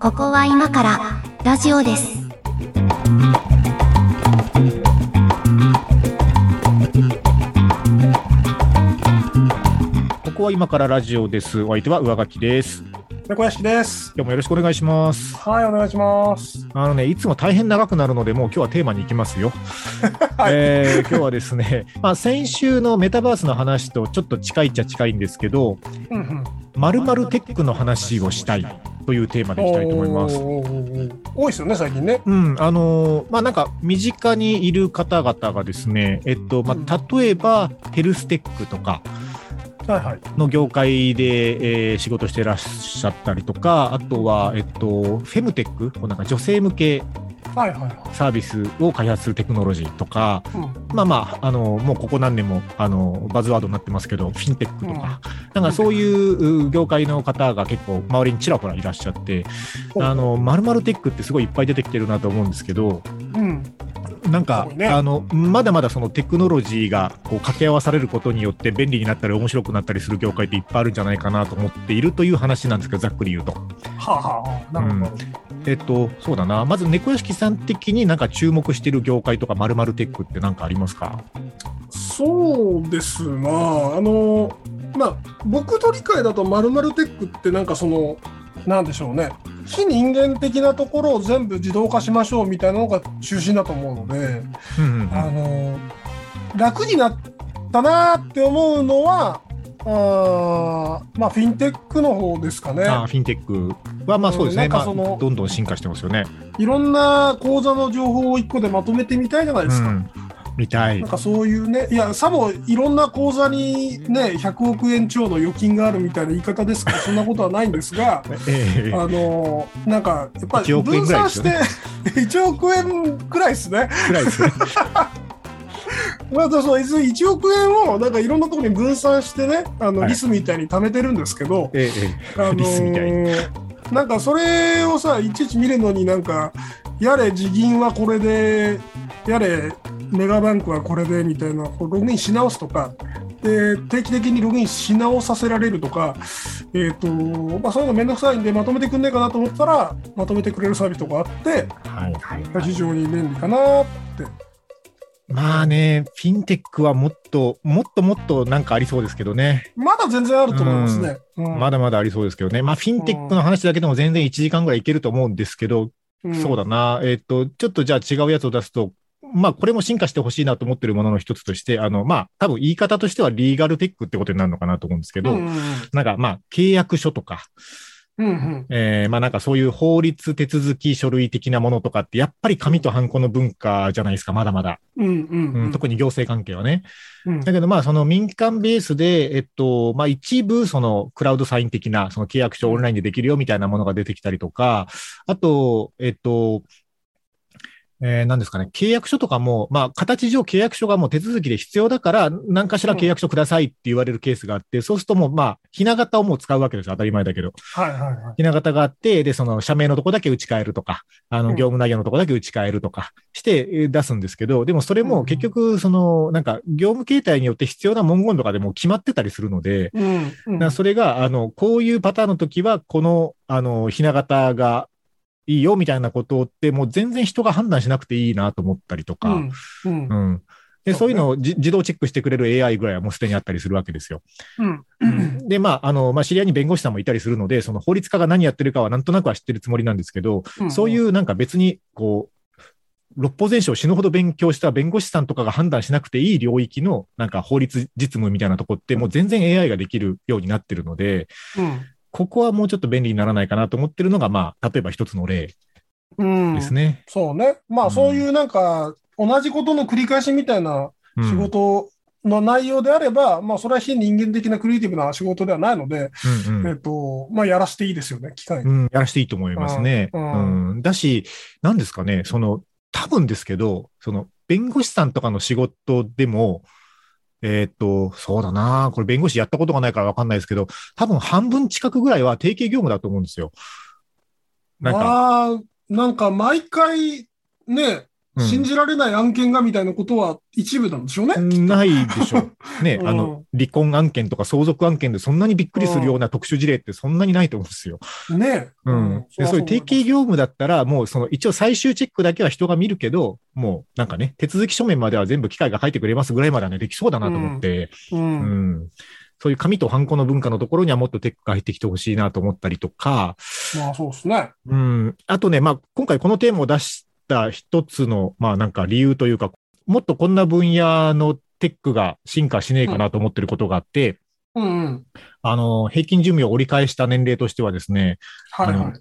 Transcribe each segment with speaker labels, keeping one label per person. Speaker 1: ここは今からラジオです。
Speaker 2: ここは今からラジオです。お相手は上書きです。今
Speaker 3: 猫屋敷です。
Speaker 2: 日もよろしくお願いします。
Speaker 3: はい、お願いします。
Speaker 2: あのね、いつも大変長くなるので、もう今日はテーマに行きますよ。
Speaker 3: はい
Speaker 2: えー今日はですね、 まあ、先週のメタバースの話とちょっと近いっちゃ近いんですけど、
Speaker 3: うんうん。
Speaker 2: まるまるテックの話をしたいというテーマでいきたいと思います。
Speaker 3: おーおーおー多いですよね、最近ね。
Speaker 2: うん、あのーまあ、なんか、身近にいる方々がですね、えっと、まあ、例えば、ヘルステックとか、
Speaker 3: はいはい。
Speaker 2: の業界で、えー仕事してらっしゃったりとか、あとは、えっと、フェムテック、こうなんか女性向け
Speaker 3: はいはいは
Speaker 2: サービスを開発するテクノロジーとか、
Speaker 3: い。うん。
Speaker 2: まあまあ、あのもうここ何年もあのバズワードになってますけど、フィンテックとか、なんかそういうう業界の方が結構、周りにちらほらいらっしゃって、あのまるまるテックってすごいいっぱい出てきてるなと思うんですけど、
Speaker 3: うん。
Speaker 2: なんか
Speaker 3: す、ごいね
Speaker 2: あのまだまだそのテクノロジーがこう掛け合わされることによって便利になったり面白くなったりする業界っていっぱいあるんじゃないかなと思っているという話なんですけどざっくり言うと。
Speaker 3: はあはあ。なるほど。
Speaker 2: えっとそうだなまず猫屋敷さん的になんか注目している業界とかまるまるテックって何かありますか
Speaker 3: そうですなあのまあ僕と理解だとまるまるテックってなんかそのなんでしょうね非人間的なところを全部自動化しましょうみたいなのが中心だと思うので、
Speaker 2: うんうんうん
Speaker 3: あの楽になったなって思うのはあーまあフィンテックの方ですかね
Speaker 2: あフィンテックはまあそうですね、
Speaker 3: うんな
Speaker 2: ま
Speaker 3: ん
Speaker 2: あ、
Speaker 3: かその
Speaker 2: どんどん進化してますよね。
Speaker 3: いろんな講座の情報を1個でまとめてみたいじゃないうですか。
Speaker 2: ん、みたい
Speaker 3: なん。かそういうね、いや、さもいろんな口座にね、100億円超の預金があるみたいな言い方です から、そんなことはないんですが、
Speaker 2: ええ
Speaker 3: あのなんかやっぱり
Speaker 2: 1億円
Speaker 3: 分
Speaker 2: ぐらい
Speaker 3: 散
Speaker 2: です
Speaker 3: し
Speaker 2: よ
Speaker 3: て
Speaker 2: ね、
Speaker 3: 1億円くらいですね。
Speaker 2: くらいですね。
Speaker 3: まあ、そう1億円をなんかいろんなところに分散してね、あの
Speaker 2: はい
Speaker 3: リスみたいに貯めてるんですけど、
Speaker 2: ええ
Speaker 3: あのー
Speaker 2: リスみたい
Speaker 3: なんかそれをさいちいち見るのになんかやれ地銀はこれでやれメガバンクはこれでみたいなこうログインし直すとかで定期的にログインし直させられるとか、えーとまあ、そういうのめんどくさいんでまとめてくんねえかなと思ったらまとめてくれるサービスとかあって
Speaker 2: はいはい
Speaker 3: 非常に便利かなって。
Speaker 2: まあね、フィンテックはもっと、もっともっとなんかありそうですけどね。
Speaker 3: まだ全然あると思いますね。うん
Speaker 2: まだまだありそうですけどね。まあ、フィンテックの話だけでも全然1時間ぐらいいけると思うんですけど、そうだな。えっ、と、ちょっとじゃあ違うやつを出すと、まあ、これも進化してほしいなと思ってるものの一つとして、あの、まあ、多分言い方としてはリーガルテックってことになるのかなと思うんですけど、
Speaker 3: うん
Speaker 2: なんかまあ、契約書とか、
Speaker 3: うんうん
Speaker 2: えーまあなんかそういう法律手続き書類的なものとかって、やっぱり紙とハンコの文化じゃないですか、まだまだ。
Speaker 3: うんうん
Speaker 2: うん、特に行政関係はね。
Speaker 3: うん
Speaker 2: だけど、まあ、その民間ベースで、えっと、まあ、一部、その、クラウドサイン的な、その契約書オンラインでできるよみたいなものが出てきたりとか、あと、えっと、えー、何ですかね、契約書とかも、まあ、形上契約書がもう手続きで必要だから、何かしら契約書くださいって言われるケースがあって、そうするともう、まあ、ひな型をもう使うわけですよ。当たり前だけど。
Speaker 3: はいはいはい。
Speaker 2: ひな型があって、で、その社名のとこだけ打ち替えるとか、あ
Speaker 3: う
Speaker 2: の、
Speaker 3: ん
Speaker 2: 業務内容のとこだけ打ち替えるとかしてえー出すんですけど、でもそれ
Speaker 3: うんう
Speaker 2: も
Speaker 3: ん
Speaker 2: 結局、その、なんか、業務形態によって必要な文言とかでもう決まってたりするので、
Speaker 3: うんうん
Speaker 2: なそれが、あの、こういうパターンの時は、この、あの、ひな型がいいよみたいなことって、もう全然人が判断しなくていいなと思ったりと
Speaker 3: う
Speaker 2: か、
Speaker 3: んうん
Speaker 2: うん。で、
Speaker 3: そ
Speaker 2: そううい
Speaker 3: ね
Speaker 2: うのをじ自動チェックしてくれる AI ぐらいはもうすでにあったりするわけですよ。
Speaker 3: うん
Speaker 2: で、まあ、あの、まあ、知り合いに弁護士さんもいたりするので、その法律家が何やってるかはなんとなくは知ってるつもりなんですけど、
Speaker 3: うん
Speaker 2: そういうなんか別に、こう、六法全書を死ぬほど勉強した弁護士さんとかが判断しなくていい領域のなんか法律実務みたいなとこってもう全然 AI ができるようになってるので、ここはもうちょっと便利にならないかなと思ってるのが、まあ、例えば一つの例
Speaker 3: うんうん
Speaker 2: ですね。
Speaker 3: そうね。
Speaker 2: う
Speaker 3: まあ
Speaker 2: ん
Speaker 3: そういうなんか同じことの繰り返しみたいな
Speaker 2: うん
Speaker 3: 仕事の内容であれば、まあそれは非人間的なクリエイティブな仕事ではないので、
Speaker 2: うんうん
Speaker 3: えっと、まあやらせていいですよね、機会に。
Speaker 2: うん、やらせていいと思いますね。
Speaker 3: う
Speaker 2: うんんだし、なんですかね、その、多分ですけど、その、弁護士さんとかの仕事でも、えーっと、そうだな、これ弁護士やったことがないからわかんないですけど、多分半分近くぐらいは定型業務だと思うんですよ。なんか、
Speaker 3: まあ、なんか毎回ね、
Speaker 2: うん
Speaker 3: 信じられない案件がみたいなことは一部なんでしょうね。
Speaker 2: ないでしょ。ね、
Speaker 3: うん
Speaker 2: あの、離婚案件とか相続案件でそんなにびっくりするような特殊事例ってそんなにないと思うんですよ。
Speaker 3: ねえ。
Speaker 2: うん。で、そういう定期業務だったら、もうその一応最終チェックだけは人が見るけど、もうなんかね、手続き書面までは全部機械が書いてくれますぐらいまではね、できそうだなと思って、
Speaker 3: う
Speaker 2: うん。
Speaker 3: ん。
Speaker 2: そういう紙とハンコの文化のところにはもっとテックが入ってきてほしいなと思ったりとか、
Speaker 3: まあそうですね。
Speaker 2: うん。あとね、まあ、今回このテーマを出した一つの、まあなんか理由というか、もっとこんな分野のテックが進化しねえかなと思ってることがあって、
Speaker 3: うんうん。
Speaker 2: あの、平均寿命を折り返した年齢としてはですね、
Speaker 3: はい
Speaker 2: あ
Speaker 3: は
Speaker 2: の
Speaker 3: い。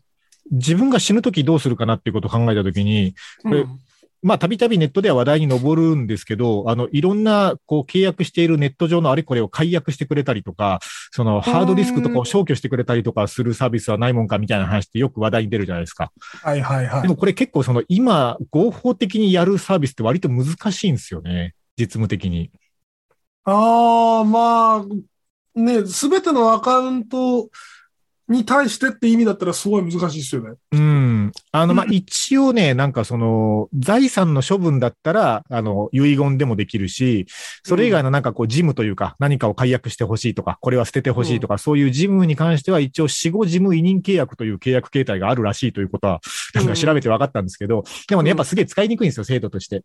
Speaker 2: 自分が死ぬときどうするかなっていうことを考えたときに、これ
Speaker 3: うん
Speaker 2: まあ、たびたびネットでは話題に上るんですけど、あの、いろんな、こう、契約しているネット上のあれこれを解約してくれたりとか、その、ハードディスクとかを消去してくれたりとかするサービスはないもんかみたいな話ってよく話題に出るじゃないですか。
Speaker 3: はいはいは
Speaker 2: で
Speaker 3: い。
Speaker 2: もこれ結構その、今、合法的にやるサービスって割と難しいんですよね。実務的に。
Speaker 3: ああ、まあ、ね、すべてのアカウントに対してって意味だったらすごい難しいですよね。
Speaker 2: うん。あの、まあ
Speaker 3: う、
Speaker 2: 一応ね、なんかその、財産の処分だったら、あの、遺言でもできるし、それ以外のなんかこう、事務というか、何かを解約してほしいとか、これは捨ててほしいとか、そういう事務に関しては、一応、死後事務委任契約という契約形態があるらしいということは、なんか調べて分かったんですけど、でもね、やっぱすげえ使いにくいんですよ、制度として。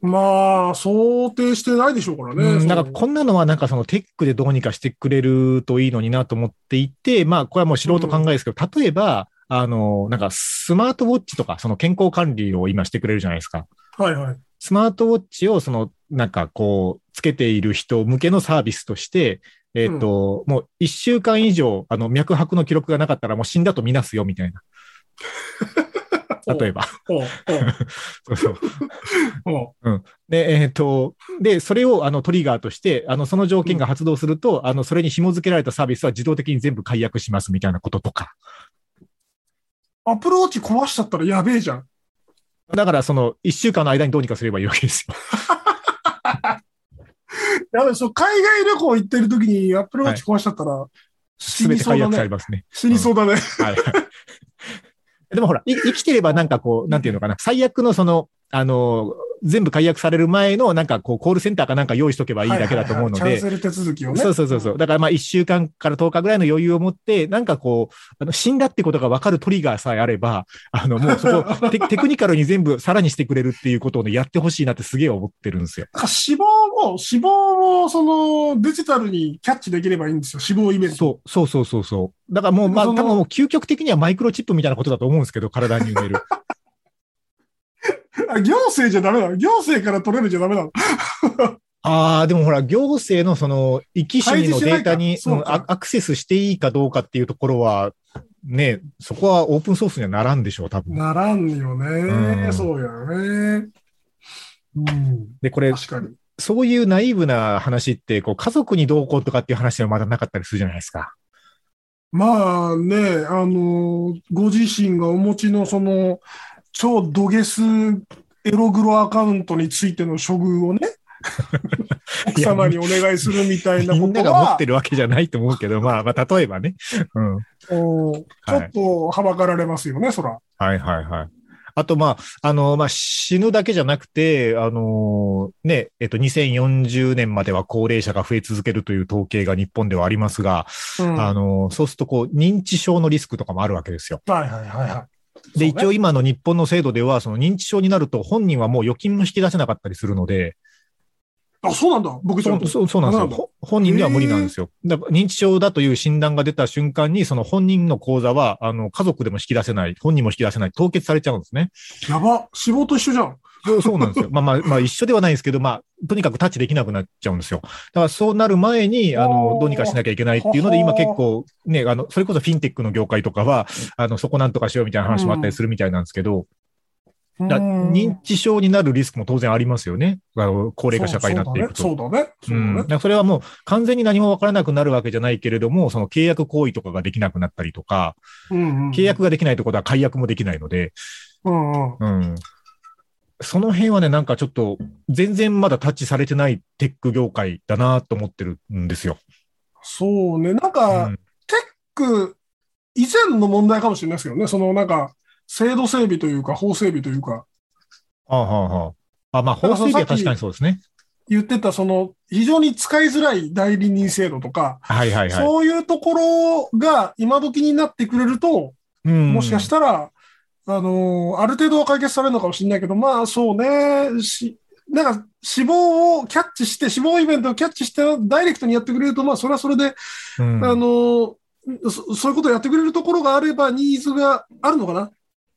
Speaker 3: まあ、想定してないでしょうからね。
Speaker 2: うん、
Speaker 3: そ
Speaker 2: な
Speaker 3: の
Speaker 2: んかこんなのはなんかそのテックでどうにかしてくれるといいのになと思っていて、まあこれはもう素人考えですけど、例えば、あの、なんかスマートウォッチとか、その健康管理を今してくれるじゃないですか。
Speaker 3: はいはい。
Speaker 2: スマートウォッチをその、なんかこう、つけている人向けのサービスとして、えっ、と、もう一週間以上、あの、脈拍の記録がなかったらもう死んだと見なすよ、みたいな。例えば。
Speaker 3: おう
Speaker 2: そうそう。
Speaker 3: おうおう
Speaker 2: で、えっ、と、で、それをあのトリガーとして、あの、その条件が発動すると、あの、それに紐付けられたサービスは自動的に全部解約しますみたいなこととか。
Speaker 3: アプローチ壊しちゃったらやべえじゃん。
Speaker 2: だから、その、一週間の間にどうにかすればいいわけですよ。
Speaker 3: やべえ、そう、海外旅行行ってる時にアップルウォッチ壊しちゃったら、死
Speaker 2: すべ
Speaker 3: に
Speaker 2: て
Speaker 3: そう
Speaker 2: 解
Speaker 3: だ
Speaker 2: 約され
Speaker 3: ね。
Speaker 2: ますね。
Speaker 3: 死にそうだね。
Speaker 2: はい。 でもほら、い生きてればなんかこう、なんていうのかな、最悪のその、あの、全部解約される前の、なんかこう、コールセンターかなんか用意しとけばいいだけだと思うの
Speaker 3: はいはいはい
Speaker 2: で
Speaker 3: キャ、ンセル手続きをね。
Speaker 2: そうそうそうそう。だからまあ1週間から10日ぐらいの余裕を持って、なんかこう、あの死んだってことが分かるトリガーさえあれば、あのもうそ こテ、テクニカルに全部さらにしてくれるっていうことをね、やってほしいなってすげえ思ってるんですよ。
Speaker 3: なんか死亡を、死亡をそのデジタルにキャッチできればいいんですよ、死亡イベント。
Speaker 2: そう、そうそうそうそう。だからもうまあ
Speaker 3: そ
Speaker 2: 多
Speaker 3: の
Speaker 2: 分もう究極的にはマイクロチップみたいなことだと思うんですけど、体に埋める。
Speaker 3: あ行政じゃダメなの行政から取れるじゃダメなの
Speaker 2: ああ、でもほら、行政のその、生き死にの
Speaker 3: 開示し
Speaker 2: デ
Speaker 3: な
Speaker 2: ー
Speaker 3: いか
Speaker 2: タに、
Speaker 3: そう
Speaker 2: うん
Speaker 3: か
Speaker 2: あアクセスしていいかどうかっていうところは、ね、そこはオープンソースにはならんでしょう、多分。
Speaker 3: ならんよね。
Speaker 2: うん
Speaker 3: そうやね。うん。
Speaker 2: で、これ、
Speaker 3: 確かに。
Speaker 2: そういうナイーブな話って、こう、家族にどうこうとかっていう話はまだなかったりするじゃないですか。
Speaker 3: まあね、あの、ご自身がお持ちのその、超ドゲスエログロアカウントについての処 遇をね、奥様にお願いするみたいな
Speaker 2: み
Speaker 3: こ
Speaker 2: んな
Speaker 3: と
Speaker 2: が持っ
Speaker 3: は
Speaker 2: て、るわけじゃないと思うけ ど、まあ、まあ、例えばね。うん。
Speaker 3: うんちょっとはばかられますよね、そら。
Speaker 2: はいはいはい。あと、まあ、あの、まあ、死ぬだけじゃなくて、あのね、えっと、2040年までは高齢者が増え続けるという統計が日本ではありますが、
Speaker 3: うん
Speaker 2: あのそうすると、こう、認知症のリスクとかもあるわけですよ。
Speaker 3: はいはいはいは
Speaker 2: で、
Speaker 3: い。そうね
Speaker 2: 一応今の日本の制度では、その認知症になると本人はもう預金も引き出せなかったりするので、
Speaker 3: あ、そうなんだ。僕ちょ
Speaker 2: そ
Speaker 3: っ
Speaker 2: う
Speaker 3: と。
Speaker 2: そうそうなんですよ。
Speaker 3: なんだ
Speaker 2: ほ本人では無理なんですよ。だから認知症だという診断が出た瞬間に、その本人の口座は、あの、家族でも引き出せない、本人も引き出せない、凍結されちゃうんですね。
Speaker 3: やば。死亡と一緒じゃん。
Speaker 2: そうそうなん ですよ。まあまあ、まあ一緒ではないんですけど、まあ、とにかくタッチできなくなっちゃうんですよ。だからそうなる前に、あの
Speaker 3: お、ー
Speaker 2: どうにかしなきゃいけないっていうので、今結構ね、あの、それこそフィンテックの業界とかは、あの、そこなんとかしようみたいな話もあったりするみたいなんですけど、だから
Speaker 3: うん
Speaker 2: 認知症になるリスクも当然ありますよね。あの高齢化社会になっていくと。
Speaker 3: そうそうだね。そううだね。
Speaker 2: ん、だか
Speaker 3: そうだね
Speaker 2: らそれはもう完全に何も分からなくなるわけじゃないけれども、その契約行為とかができなくなったりとか、
Speaker 3: うんうん
Speaker 2: 契約ができないところは解約もできないので、
Speaker 3: うんうん。
Speaker 2: うん、その辺はね、なんかちょっと全然まだタッチされてないテック業界だなと思ってるんですよ。
Speaker 3: そうね。なん
Speaker 2: う
Speaker 3: か、
Speaker 2: ん、
Speaker 3: テック以前の問題かもしれないですけどね。そのなんか、制度整備というか、法整備というか、
Speaker 2: あはあはあ。あ、まあ、法整備は確かにそうですね。
Speaker 3: 言ってた、その、非常に使いづらい代理人制度とか、
Speaker 2: はいはいはい。
Speaker 3: そういうところが今時になってくれると、
Speaker 2: うん
Speaker 3: もしかしたら、あのーある程度は解決されるのかもしれないけど、まあそうね、しなんか死亡をキャッチして、死亡イベントをキャッチして、ダイレクトにやってくれると、まあそれはそれで、
Speaker 2: うん
Speaker 3: あのーそ、そういうことをやってくれるところがあれば、ニーズがあるのかな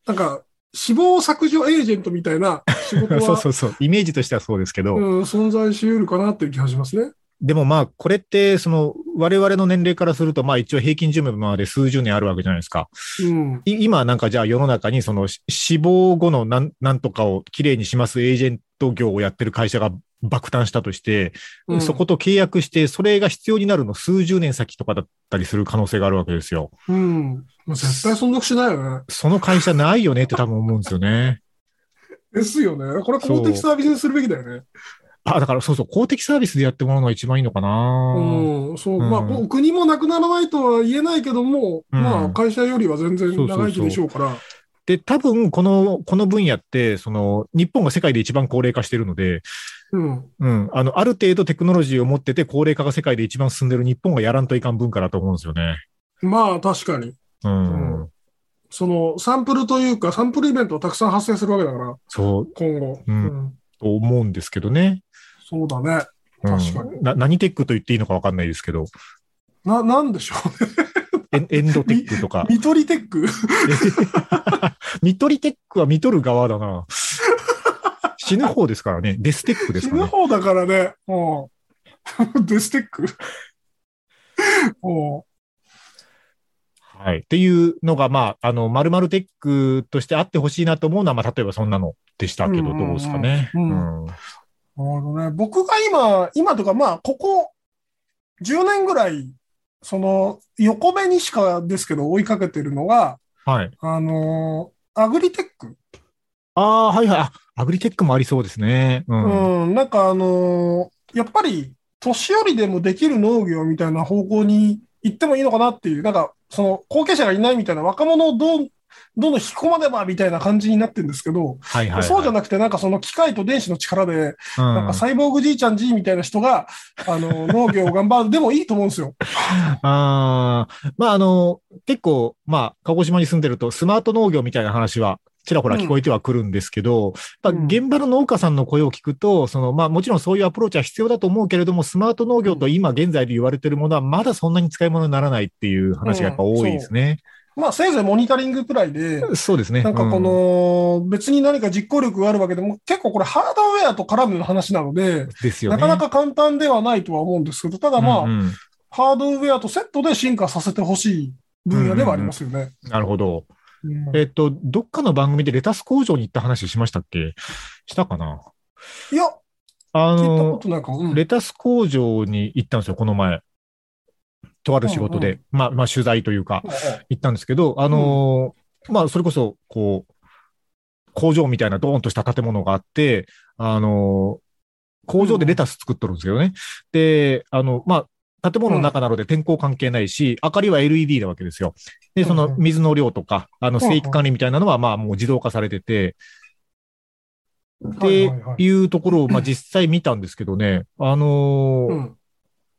Speaker 3: なんか、死亡削除エージェントみたいな仕事は、
Speaker 2: そうそうそう。イメージとしてはそうですけど、
Speaker 3: うん、存在し得るかなっていう気がしますね。
Speaker 2: でもまあ、これって、その、我々の年齢からすると、まあ一応平均寿命まで数十年あるわけじゃないですか。
Speaker 3: うん。
Speaker 2: い今なんかじゃあ世の中にそのし死亡後のなんなんとかをきれいにしますエージェント業をやってる会社が爆誕したとして、
Speaker 3: うん
Speaker 2: そこと契約してそれが必要になるの数十年先とかだったりする可能性があるわけですよ。
Speaker 3: うん。もう絶対存続しないよね。
Speaker 2: その会社ないよねって多分思うんですよね。
Speaker 3: ですよね。これ公的サービスにするべきだよね。
Speaker 2: あ、だからそうそう、公的サービスでやってもらうのが一番いいのかな。
Speaker 3: うん、そう、まあ、
Speaker 2: うん
Speaker 3: こう国もなくならないとは言えないけども、
Speaker 2: うん
Speaker 3: まあ、会社よりは全然
Speaker 2: そうそうそう
Speaker 3: 長生きでしょうから。
Speaker 2: で、多分この、この分野って、その、日本が世界で一番高齢化してるので、
Speaker 3: うん。
Speaker 2: うん、あの、ある程度テクノロジーを持ってて、高齢化が世界で一番進んでる日本がやらんといかん文化だと思うんですよね。
Speaker 3: まあ、確かに。
Speaker 2: うん。
Speaker 3: うその、サンプルというか、サンプルイベントをたくさん発生するわけだから、
Speaker 2: そう、
Speaker 3: 今後。
Speaker 2: うん
Speaker 3: ん
Speaker 2: と思うんですけどね。
Speaker 3: そうだね。
Speaker 2: うん
Speaker 3: 確かに
Speaker 2: な何テックと言っていいのかわかんないですけど、
Speaker 3: な、なんでしょうね。 。
Speaker 2: エンエンドテックとか
Speaker 3: 見取りテック
Speaker 2: 見取りテックは見取る側だな。死ぬ方ですからね。デステックです
Speaker 3: 死
Speaker 2: か
Speaker 3: ぬ
Speaker 2: ね。
Speaker 3: 方だからね。うん。 デステックうん。
Speaker 2: はい。っていうのが、まあ、あの、まるまるテックとしてあってほしいなと思うのは、まあ、例えばそんなのでしたけど、どうですかね。
Speaker 3: うん
Speaker 2: うん
Speaker 3: なるほどね。僕が今、今とか、まあ、ここ10年ぐらい、その、横目にしかですけど追いかけてるのが、
Speaker 2: はい。
Speaker 3: あのーアグリテック。
Speaker 2: ああ、はいはい。あアグリテックもありそうですね。う。
Speaker 3: うんん、なんかあのーやっぱり、年寄りでもできる農業みたいな方向に行ってもいいのかなっていう、なんか、その、後継者がいないみたいな、若者をどん、どんどん引き込まねばみたいな感じになってるんですけど、
Speaker 2: はいはい。
Speaker 3: そうじゃ
Speaker 2: な
Speaker 3: なくて、なんかその機械と電子の力で、
Speaker 2: うん
Speaker 3: なんかサイボーグじいちゃんじいみたいな人が、あの、農業を頑張るでもいいと思うんですよ。
Speaker 2: ああ、まああの、結構、まあ、鹿児島に住んでると、スマート農業みたいな話は、ちらほら聞こえてはくるんですけど、やっぱ
Speaker 3: うん
Speaker 2: 現場の農家さんの声を聞くと、その、まあもちろんそういうアプローチは必要だと思うけれども、スマート農業と今現在で言われてるものは、まだそんなに使い物にならないっていう話がやっぱ多いですね。
Speaker 3: まあ、せいぜいモニタリングくらいで、
Speaker 2: そうですね。
Speaker 3: なんかこ
Speaker 2: うん
Speaker 3: の、別に何か実行力があるわけでも、結構これハードウェアと絡む話なので、
Speaker 2: ですよ
Speaker 3: な
Speaker 2: ね。
Speaker 3: かなか簡単ではないとは思うんですけど、ただまあ、
Speaker 2: うんうん
Speaker 3: ハードウェアとセットで進化させてほしい分野ではありますよね。
Speaker 2: なるほど。
Speaker 3: うん
Speaker 2: えっと、どっかの番組でレタス工場に行った話しましたっけしたかない
Speaker 3: や、
Speaker 2: あ
Speaker 3: 聞いた
Speaker 2: の
Speaker 3: こ、とないかも。うん
Speaker 2: レタス工場に行ったんですよ、この前。とある仕事で、
Speaker 3: うんう
Speaker 2: まあ、まあ、取材というか、行ったんですけど、あのーまあ、それこそ、こう、工場みたいなドーンとした建物があって、あのー工場でレタス作っとるんですけどね。で、あの、まあ、建物の中なので天候関係ないし、明かりは LED なわけですよ。で、その水の量とか、あの、
Speaker 3: うんうん
Speaker 2: 生育管理みたいなのは、まあ、もう自動化されてて、っ
Speaker 3: は
Speaker 2: て
Speaker 3: いはいはい
Speaker 2: いうところを、まあ、実際見たんですけどね、あのー
Speaker 3: うん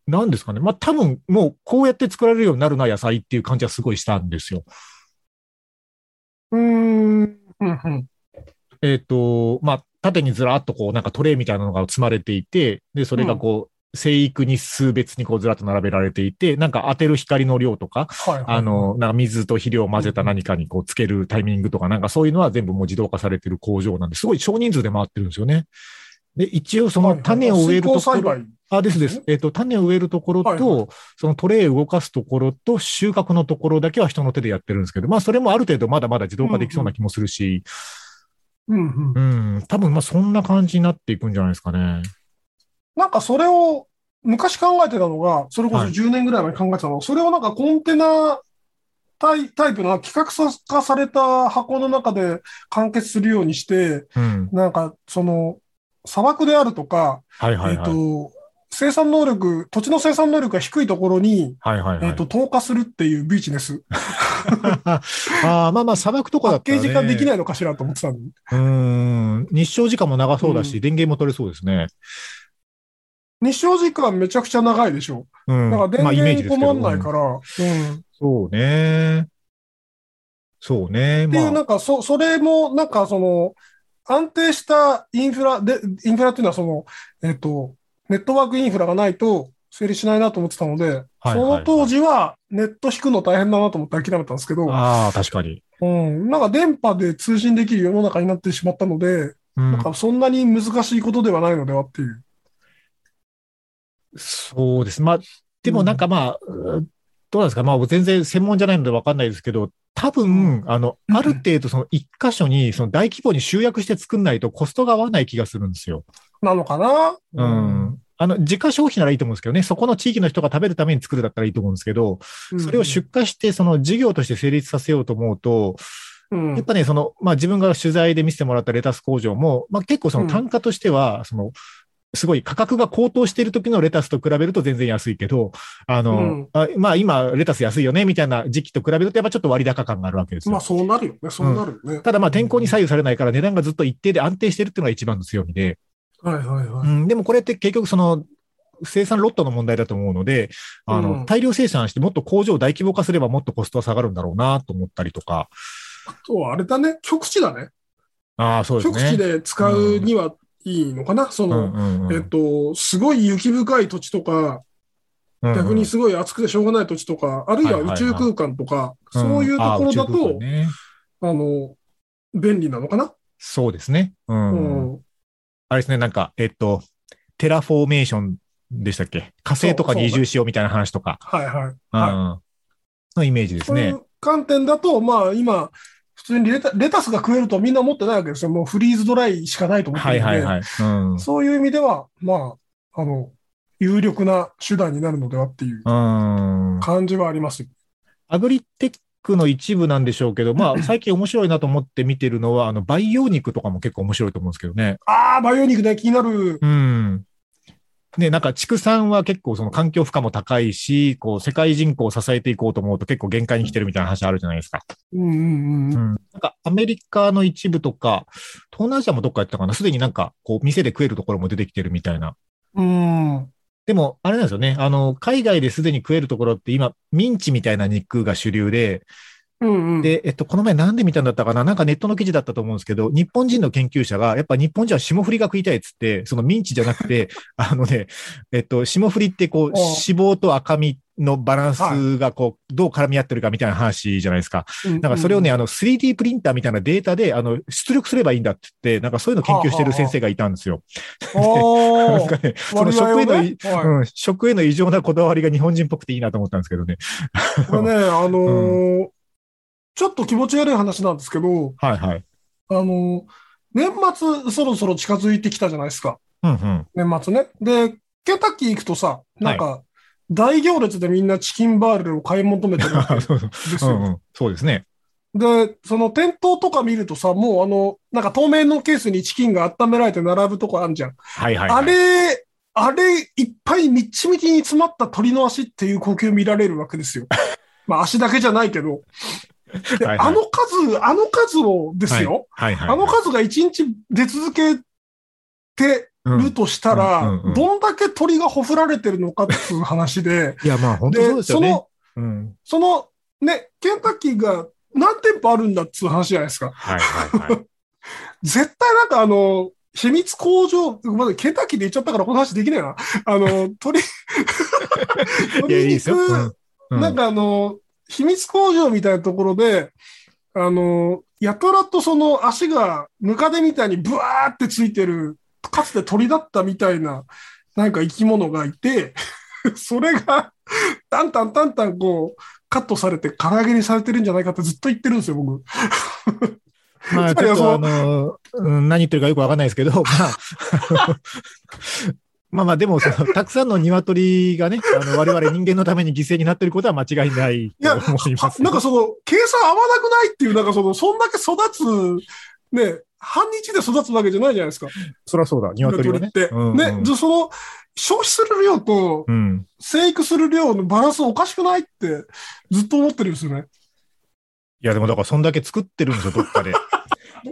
Speaker 2: なんですかね。まあ、多分、もう、こうやって作られるようになるな、野菜っていう感じはすごいしたんですよ。
Speaker 3: うーん。うんうん
Speaker 2: えっ、と、まあ、縦にずらっとこう、なんかトレイみたいなのが積まれていて、で、それがこう、生育日数別にこうずらっと並べられていて、なんか当てる光の量とか、
Speaker 3: はいはい
Speaker 2: あの、なんか水と肥料を混ぜた何かにこうつけるタイミングとか、なんかそういうのは全部もう自動化されてる工場なんで、すごい少人数で回ってるんですよね。で、一応その種を植えるとこ
Speaker 3: はいは
Speaker 2: ろ、
Speaker 3: いはい水耕栽培
Speaker 2: あ、ですです。えっ、と、種を植えるところと、
Speaker 3: はいは
Speaker 2: そのトレイを動かすところと、収穫のところだけは人の手でやってるんですけど、まあ、それもある程度まだまだ自動化できそうな気もするし、
Speaker 3: うんうん
Speaker 2: うん、多分、まあ、そんな感じになっていくんじゃないですかね。
Speaker 3: なんかそれを、昔考えてたのが、それこそ
Speaker 2: はい
Speaker 3: 10年ぐらい前に考えてたのが、それをなんかコンテナタイタイプの規格化された箱の中で完結するようにして、
Speaker 2: うん。
Speaker 3: なんかその砂漠であるとか、
Speaker 2: はいはい
Speaker 3: えっ
Speaker 2: はい。
Speaker 3: と、生産能力、土地の生産能力が低いところに、
Speaker 2: はいはいはい。
Speaker 3: えっと、投下するっていうビーチネス。
Speaker 2: ああ、まあまあ、砂漠とか
Speaker 3: パ
Speaker 2: だ
Speaker 3: ッ
Speaker 2: った
Speaker 3: ケ
Speaker 2: ら、
Speaker 3: ー
Speaker 2: ね。
Speaker 3: ジ化できないのかしらと思ってたのに。
Speaker 2: うーん。日照時間も長そうだし、
Speaker 3: う
Speaker 2: 電源も取れそうですね。
Speaker 3: 日照時間めちゃくちゃ長いでしょ。
Speaker 2: うん。
Speaker 3: だから電
Speaker 2: まあ、イメージです
Speaker 3: 源に
Speaker 2: けど
Speaker 3: 困んないから。うん
Speaker 2: そうね。そうね。
Speaker 3: ってい
Speaker 2: ま
Speaker 3: う、な
Speaker 2: あ、
Speaker 3: んか、そ、それも、なんか、その、安定したインフラで、インフラっていうのは、その、えっと、ネットワークインフラがないと整理しないなと思ってたので、
Speaker 2: はい
Speaker 3: そ
Speaker 2: はいは
Speaker 3: の
Speaker 2: い
Speaker 3: 当時はネット引くの大変だなと思って諦めたんですけど、
Speaker 2: ああ、確かに。
Speaker 3: うん、なんか電波で通信できる世の中になってしまったので、
Speaker 2: うん
Speaker 3: なんかそんなに難しいことではないのではっていう。
Speaker 2: そうです。まあ、でもなんかまあ、うんどうなんですかまあ、全然専門じゃないのでわかんないですけど、多分、あの、ある程度その一箇所に、その大規模に集約して作んないとコストが合わない気がするんですよ。
Speaker 3: なのかな
Speaker 2: う。ん。あの、自家消費ならいいと思うんですけどね、そこの地域の人が食べるために作るだったらいいと思うんですけど、
Speaker 3: うん
Speaker 2: それを出荷して、その事業として成立させようと思うと、
Speaker 3: うん
Speaker 2: やっぱね、その、まあ自分が取材で見せてもらったレタス工場も、まあ結構その
Speaker 3: うん
Speaker 2: 単価としては、その、すごい価格が高騰している時のレタスと比べると全然安いけど、あの、
Speaker 3: うん
Speaker 2: あまあ今レタス安いよねみたいな時期と比べるとやっぱちょっと割高感があるわけですよ。
Speaker 3: まあそうなるよね。そうなるよね。
Speaker 2: ただまあ天候に左右されないから値段がずっと一定で安定してるっていうのが一番の強みで、
Speaker 3: はいはいは
Speaker 2: う
Speaker 3: い。
Speaker 2: ん、でもこれって結局その、生産ロットの問題だと思うので、あの、
Speaker 3: うん
Speaker 2: 大量生産してもっと工場を大規模化すればもっとコストは下がるんだろうなと思ったりとか。
Speaker 3: あとはあれだね。極地だね。
Speaker 2: ああ、そうです
Speaker 3: 極
Speaker 2: ね。
Speaker 3: 地で使うにはいいのかな。その、
Speaker 2: うんうんうん
Speaker 3: えっと、すごい雪深い土地とか、
Speaker 2: うんうん
Speaker 3: 逆にすごい暑くてしょうがない土地とか、あるいは
Speaker 2: はいはいはい
Speaker 3: 宇宙空間とか、そういうところだ
Speaker 2: うんあ宇宙空
Speaker 3: と
Speaker 2: 間、ね
Speaker 3: あの、便利なのかな。
Speaker 2: そうですね。うん。
Speaker 3: うん
Speaker 2: あれですね、なんか、えっと、テラフォーメーションでしたっけ火星とかに移住しようみたいな話とか、
Speaker 3: はいはい。
Speaker 2: うん
Speaker 3: はい
Speaker 2: のイメージです
Speaker 3: そうい
Speaker 2: ね。
Speaker 3: う観点だと、まあ今、普通にレタレタスが食えるとみんな思ってないわけですよ。もうフリーズドライしかないと思って
Speaker 2: は
Speaker 3: る
Speaker 2: い
Speaker 3: んで、
Speaker 2: はいはい。うん。うん
Speaker 3: そういう意味では、まあ、あの、有力な手段になるのではっていう感じはありますよ。
Speaker 2: アグリテックの一部なんでしょうけど、ま あ、最近面白いなと思って見てるのは、あの、培養肉とかも結構面白いと思うんですけどね。
Speaker 3: ああ、培養肉ね、気になる。
Speaker 2: うん。ね、なんか畜産は結構その環境負荷も高いし、こう世界人口を支えていこうと思うと結構限界に来てるみたいな話あるじゃないですか。
Speaker 3: うんうんうん。
Speaker 2: なんかアメリカの一部とか、東南アジアもどっかやったかな、すでになんかこう店で食えるところも出てきてるみたいな。
Speaker 3: うん。
Speaker 2: でも、あれなんですよね。あの、海外ですでに食えるところって今、ミンチみたいな肉が主流で、
Speaker 3: うんうん。
Speaker 2: で、えっと、この前なんで見たんだったかななんかネットの記事だったと思うんですけど、日本人の研究者が、やっぱ日本人は霜降りが食いたいっつって、そのミンチじゃなくて、 あのね、えっと、霜降りってこう、
Speaker 3: ああ
Speaker 2: 脂肪と赤身のバランスがこう、どう絡み合ってるかみたいな話じゃないですか。なんかそれをね、あの 3D プリンターみたいなデータで、あの、出力すればいいんだって言って、なんかそういうの研究してる先生がいたんですよ。
Speaker 3: うんうん、お
Speaker 2: なん
Speaker 3: ー
Speaker 2: かね、 その食へ
Speaker 3: 割合
Speaker 2: の
Speaker 3: を
Speaker 2: い、
Speaker 3: ねはい
Speaker 2: うん、食への異常なこだわりが日本人っぽくていいなと思ったんですけどね。
Speaker 3: これね、あのーちょっと気持ち悪い話なんですけど、
Speaker 2: はいはい。
Speaker 3: あのー年末そろそろ近づいてきたじゃないですか。
Speaker 2: うんうん。
Speaker 3: 年末ね。で、ケタッキー行くとさ、なんか、大行列でみんなチキンバーレルを買い求めてるわけ
Speaker 2: あ
Speaker 3: で
Speaker 2: そうそう。
Speaker 3: す
Speaker 2: うんう
Speaker 3: よ。
Speaker 2: ん。そうですね。
Speaker 3: で、その店頭とか見るとさ、もうあの、なんか透明のケースにチキンが温められて並ぶとこあるじゃん。
Speaker 2: はいはい、はい。
Speaker 3: あれ、あれ、いっぱいみっちみちに詰まった鳥の足っていう光景を見られるわ けですよ。まあ足だけじゃないけど。で
Speaker 2: はいはい
Speaker 3: あの数、あの数をですよ。
Speaker 2: はいはい。
Speaker 3: あの数が一日出続けて
Speaker 2: うん
Speaker 3: るとしたら、
Speaker 2: うんうんうんうん
Speaker 3: どんだけ鳥がほふられてるのかっていう話で、
Speaker 2: いや、まあ本当そう
Speaker 3: で、
Speaker 2: ですよ
Speaker 3: そ
Speaker 2: ね。
Speaker 3: の、
Speaker 2: うん。
Speaker 3: その、ね、ケンタッキーが何店舗あるんだっていう話じゃないですか。
Speaker 2: はいはいはい。
Speaker 3: 絶対なんかあの、秘密工場、まだケンタッキーで言っちゃったからこの話できないな。あの、 鳥、
Speaker 2: いや、いい
Speaker 3: 鶏
Speaker 2: ですよ。う
Speaker 3: 肉
Speaker 2: ん、うん
Speaker 3: なんかあの、秘密工場みたいなところで、あの、やたらとその足がムカデみたいにブワーってついてる、かつて鳥だったみたいな、なんか生き物がいて、 それが、タンタンタンタンこう、カットされて唐揚げにされてるんじゃないかってずっと言ってるんですよ、僕。
Speaker 2: ま あ、
Speaker 3: つ
Speaker 2: ち
Speaker 3: まり
Speaker 2: ょ
Speaker 3: は
Speaker 2: っとあの、うん何言ってるかよくわかんないですけど、 まあ、まあまあ、でも、その、たくさんの鶏がね、あの、我々人間のために犠牲になっていることは間違いないと
Speaker 3: や
Speaker 2: 思い ます。
Speaker 3: なんかその、計算合わなくないっていう、なんかその、そんだけ育つ、ね、半日で育つわけじゃないじゃないですか。
Speaker 2: そりゃそうだ、鶏はね。
Speaker 3: って。
Speaker 2: うんうん
Speaker 3: ね、じゃあその、消費する量と
Speaker 2: うん。
Speaker 3: 生育する量のバランスおかしくないってずっと思ってるんですよね。
Speaker 2: や、でもだからそんだけ作ってるんですよ、どっかで。
Speaker 3: ど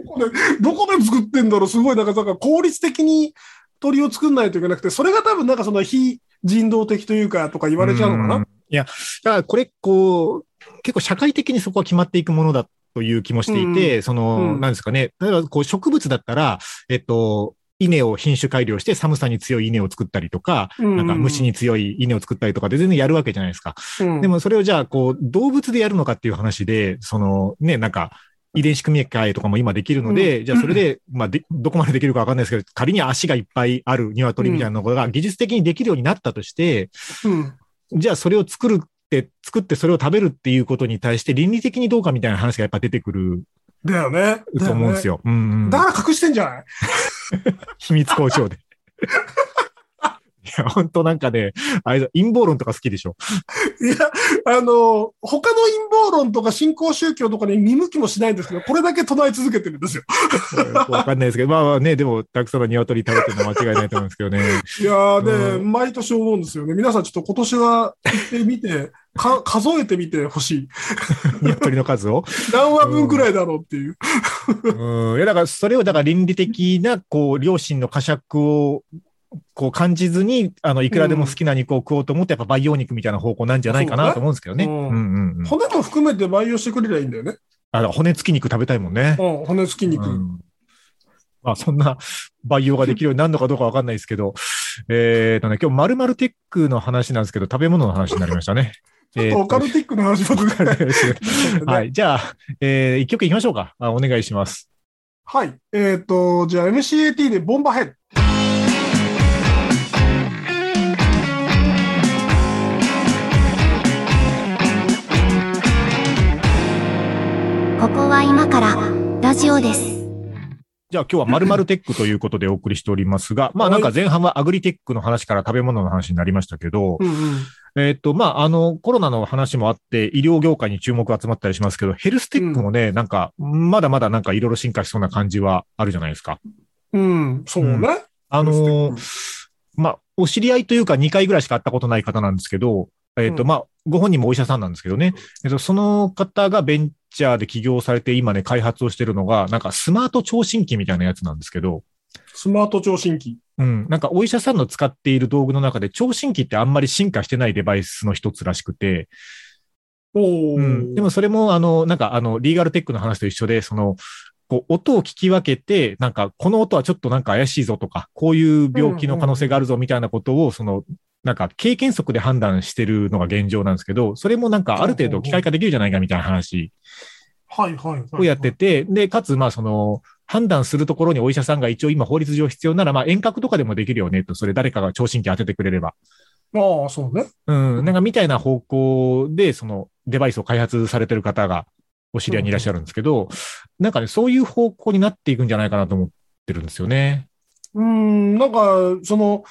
Speaker 3: こで、どこで作ってんだろうすごい、なんか、なんか効率的に鳥を作んないといけなくて、それが多分なんかその非人道的というか、とか 言われちゃうのか
Speaker 2: ん
Speaker 3: な。
Speaker 2: いや、だからこれ、こう、結構社会的にそこは決まっていくものだという気もしていて、その、
Speaker 3: うん
Speaker 2: なんですかね、例えばこう植物だったら、えっと、稲を品種改良して寒さに強い稲を作ったりとか、
Speaker 3: な
Speaker 2: なんか虫に強い稲を作ったりとかで全然やるわけじゃないですか。
Speaker 3: うん
Speaker 2: でもそれをじゃあ、こう、動物でやるのかっていう話で、そのね、なんか、遺伝子組み換えとかも今できるので、じゃあそれで、まあで、どこまでできるかわかんないですけど、仮に足がいっぱいある鶏みたいなのが技術的にできるようになったとして、
Speaker 3: うん
Speaker 2: じゃあそれを作るって、作ってそれを食べるっていうことに対して倫理的にどうかみたいな話がやっぱ出てくる
Speaker 3: だよね。
Speaker 2: と思うんです
Speaker 3: よ。
Speaker 2: よ。うんうん
Speaker 3: だから隠してんじゃない
Speaker 2: 秘密交渉で。いや、本当なんかね、あれだ陰謀論とか好きでしょ。
Speaker 3: いや、あの、他の陰謀論とか信仰宗教とかに見向きもしないんですけど、これだけ唱え続けてるんですよ。
Speaker 2: わかんないですけど、まあまあね、でも、たくさんの鶏食べてるのは間違いないと思うんですけ どね。
Speaker 3: いやーね、
Speaker 2: う
Speaker 3: 毎年思うんですよね。皆さんちょっと今年は行ってみて、 か数えてみてほしい。
Speaker 2: 鶏の数を。
Speaker 3: 何話分くらいだろうっていう。
Speaker 2: うん。いや、だからそれを、だから倫理的な、こう、両親の呵責を、こう感じずに、あの、いくらでも好きな肉を食おうと思って、やっぱ培養肉みたいな方向なんじゃないかなと思うんですけどね。
Speaker 3: そうだ
Speaker 2: う
Speaker 3: ね
Speaker 2: んうんうん。
Speaker 3: 骨も含めて培養してくれりゃいいんだよね。
Speaker 2: あの骨付き肉食べたいもんね。
Speaker 3: うん、骨付き肉。
Speaker 2: うんまあ、そんな培養ができるようになるのかどうかわかんないですけど、えっとね、今日まるまるテックの話なんですけど、食べ物の話になりましたね。
Speaker 3: ちょっとオカルティックな話ばっかり
Speaker 2: えーっとはい。じゃあ、えー一曲いきましょうか。あお願いします。
Speaker 3: はい。えっ、と、じゃあ MCAT でボンバーヘッド。
Speaker 1: ここは今からラジオです。
Speaker 2: じゃあ今日はまるまるテックということでお送りしておりますが、まあなんか前半はアグリテックの話から食べ物の話になりましたけど、
Speaker 3: うんうん。
Speaker 2: えっと、まああのコロナの話もあって医療業界に注目が集まったりしますけど、ヘルステックもね、なんかまだまだなんかいろいろ進化しそうな感じはあるじゃないですか。
Speaker 3: うん、そうね。
Speaker 2: あのーまあ、お知り合いというか2回ぐらいしか会ったことない方なんですけど、えっ、と、
Speaker 3: うん
Speaker 2: まあ、ご本人もお医者さんなんですけどね、えっと、その方がベンチャーで起業されて今ね、開発をしてるのが、なんかスマート聴診器みたいなやつなんですけど、
Speaker 3: スマート聴診器。
Speaker 2: うん、なんかお医者さんの使っている道具の中で聴診器ってあんまり進化してないデバイスの一つらしくて、
Speaker 3: おお、
Speaker 2: うん、でもそれもあの、なんかあの、リーガルテックの話と一緒で、その、こう音を聞き分けて、なんか、この音はちょっとなんか怪しいぞとか、こういう病気の可能性があるぞみたいなことを、その、なんか経験則で判断してるのが現状なんですけど、それもなんかある程度機械化できるじゃないかみたいな話
Speaker 3: はいはいはい。
Speaker 2: をやってて、で、かつまあその、判断するところにお医者さんが一応今法律上必要なら、まあ遠隔とかでもできるよねと、それ誰かが聴診器当ててくれれば。
Speaker 3: ああ、そうね。
Speaker 2: うん、なんかみたいな方向で、そのデバイスを開発されてる方がお知り合いにいらっしゃるんですけど、なんかね、そういう方向になっていくんじゃないかなと思ってるんですよね。
Speaker 3: うーん、なんか、その、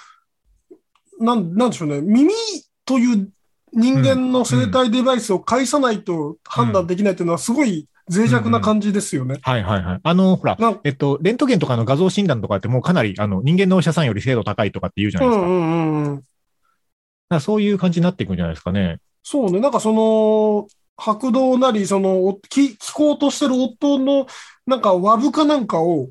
Speaker 3: なん、なんでしょうね。耳という人間の生体デバイスを介さないと判断できないというのはすごい脆弱な感じですよね。
Speaker 2: はいはいはい。あの、ほら、
Speaker 3: なん
Speaker 2: えっと、レントゲンとかの画像診断とかってもうかなり、あの、人間のお医者さんより精度高いとかって言うじゃ
Speaker 3: う
Speaker 2: ないですか。
Speaker 3: ん
Speaker 2: だか
Speaker 3: うんうんうん。
Speaker 2: らそういう感じになっていくんじゃないですかね。
Speaker 3: そうね。なんかその、拍動なり、その、お聞聞こうとしてる音の、なんか、和部かなんかを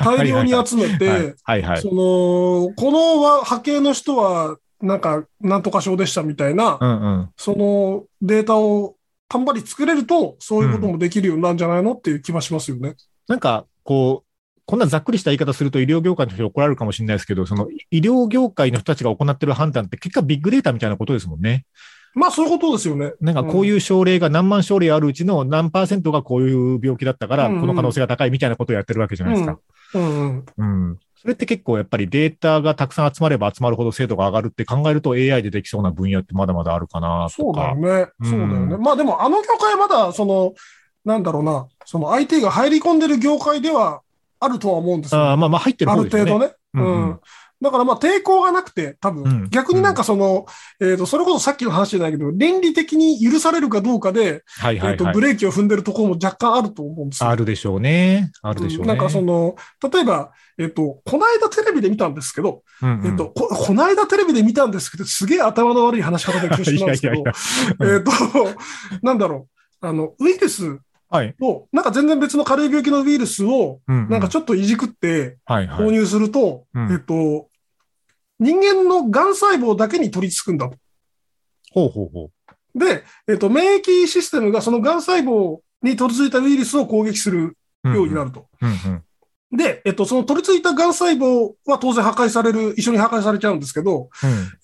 Speaker 3: 大量に集めて、
Speaker 2: はいはいはい。
Speaker 3: その、この和波形の人は、なんか、なんとか症でしたみたいな、
Speaker 2: うんうん。
Speaker 3: そのデータをたんまり作れると、そういうこともできるようになるんじゃないのっていう気はしますよね。
Speaker 2: なんか、こう、こんなざっくりした言い方すると医療業界の人に怒られるかもしれないですけど、その医療業界の人たちが行ってる判断って結果ビッグデータみたいなことですもんね。
Speaker 3: まあ、そういうことですよね。
Speaker 2: なんかこういう症例が何万症例あるうちの何パーセントがこういう病気だったから、
Speaker 3: うんうん
Speaker 2: この可能性が高いみたいなことをやってるわけじゃないですか。
Speaker 3: うんうん。
Speaker 2: うんそれって結構やっぱりデータがたくさん集まれば集まるほど精度が上がるって考えると AI でできそうな分野ってまだまだあるかな
Speaker 3: そ
Speaker 2: と
Speaker 3: うだよ
Speaker 2: か。
Speaker 3: ね。
Speaker 2: うん
Speaker 3: そうだよね。まあ、でも、あの業界はまだ、その、なんだろうな、その IT が入り込んでる業界ではあるとは思うんですよ。
Speaker 2: あ
Speaker 3: あ
Speaker 2: あまあまあ入ってる
Speaker 3: る
Speaker 2: 方ですよ
Speaker 3: 程
Speaker 2: ね。
Speaker 3: 度ね。
Speaker 2: う
Speaker 3: うん
Speaker 2: うん
Speaker 3: ん。だからまあ抵抗がなくて、多分、
Speaker 2: うん
Speaker 3: 逆になんかその、えっ、と、それこそさっきの話じゃないけど、倫理的に許されるかどうかで、
Speaker 2: はいはい
Speaker 3: えっ、と、
Speaker 2: はい
Speaker 3: ブ。レーキを踏んでるところも若干あると思うんですよ。
Speaker 2: あるでしょうね。あるでしょうね。
Speaker 3: なんかその、例えば、えっ、と、この間テレビで見たんですけど、
Speaker 2: うんうん
Speaker 3: えっ、と、こ、この間テレビで見たんですけど、すげえ頭 の悪い話し方で恐縮なんですけど
Speaker 2: いやいやい、
Speaker 3: えっと、なんだろう、あの、ウイルス
Speaker 2: はい。
Speaker 3: を、なんか全然別の軽い病気のウイルスを、
Speaker 2: うん
Speaker 3: なんかちょっといじくって
Speaker 2: はい
Speaker 3: 購
Speaker 2: はい。
Speaker 3: 入すると、
Speaker 2: はいうん
Speaker 3: えっと、人間のがん細胞だけに取り付くんだと。
Speaker 2: ほうほうほう。
Speaker 3: で、えっと、免疫システムがそのがん細胞に取り付いたウイルスを攻撃する
Speaker 2: うん
Speaker 3: ようになると。
Speaker 2: うんうん。
Speaker 3: で、えっと、その取り付いたがん細胞は当然破壊される、一緒に破壊されちゃうんですけど、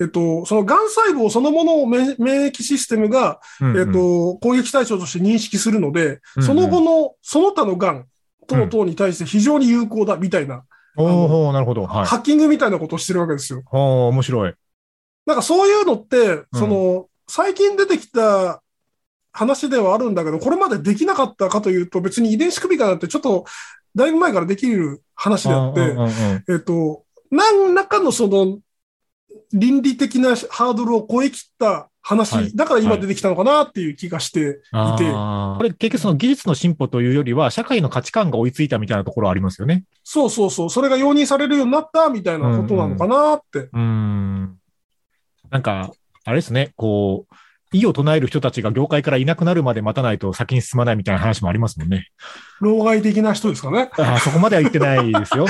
Speaker 3: えっと、そのがん細胞そのものを免免疫システムが、
Speaker 2: うん
Speaker 3: えっ、と、攻撃対象として認識するので、
Speaker 2: うんうん
Speaker 3: その後のその他のがん等々に対して非常に有効だみたいな、
Speaker 2: おーほう、なるほど。はい。
Speaker 3: ハッキングみたいなことをしてるわけですよ。
Speaker 2: ほう、面白い。
Speaker 3: なんかそういうのって、その、最近出てきた話ではあるんだけど、これまでできなかったかというと、別に遺伝子組み換えなんてちょっと、だいぶ前からできる話であって、
Speaker 2: うんうんうん
Speaker 3: えっと、何らかのその、倫理的なハードルを超え切った話、
Speaker 2: はい
Speaker 3: だから今出てきたのかなっていう気がして、
Speaker 2: あーこれ結局その技術の進歩というよりは、社会の価値観が追いついたみたいなところありますよね。
Speaker 3: そうそうそう、それが容認されるようになったみたいなことなのかなって。
Speaker 2: うーん。なんか、あれですね、こう、異を唱える人たちが業界からいなくなるまで待たないと先に進まないみたいな話もありますもん ね。
Speaker 3: 老害的な人ですかね。
Speaker 2: あーそこまでは言ってないですよ。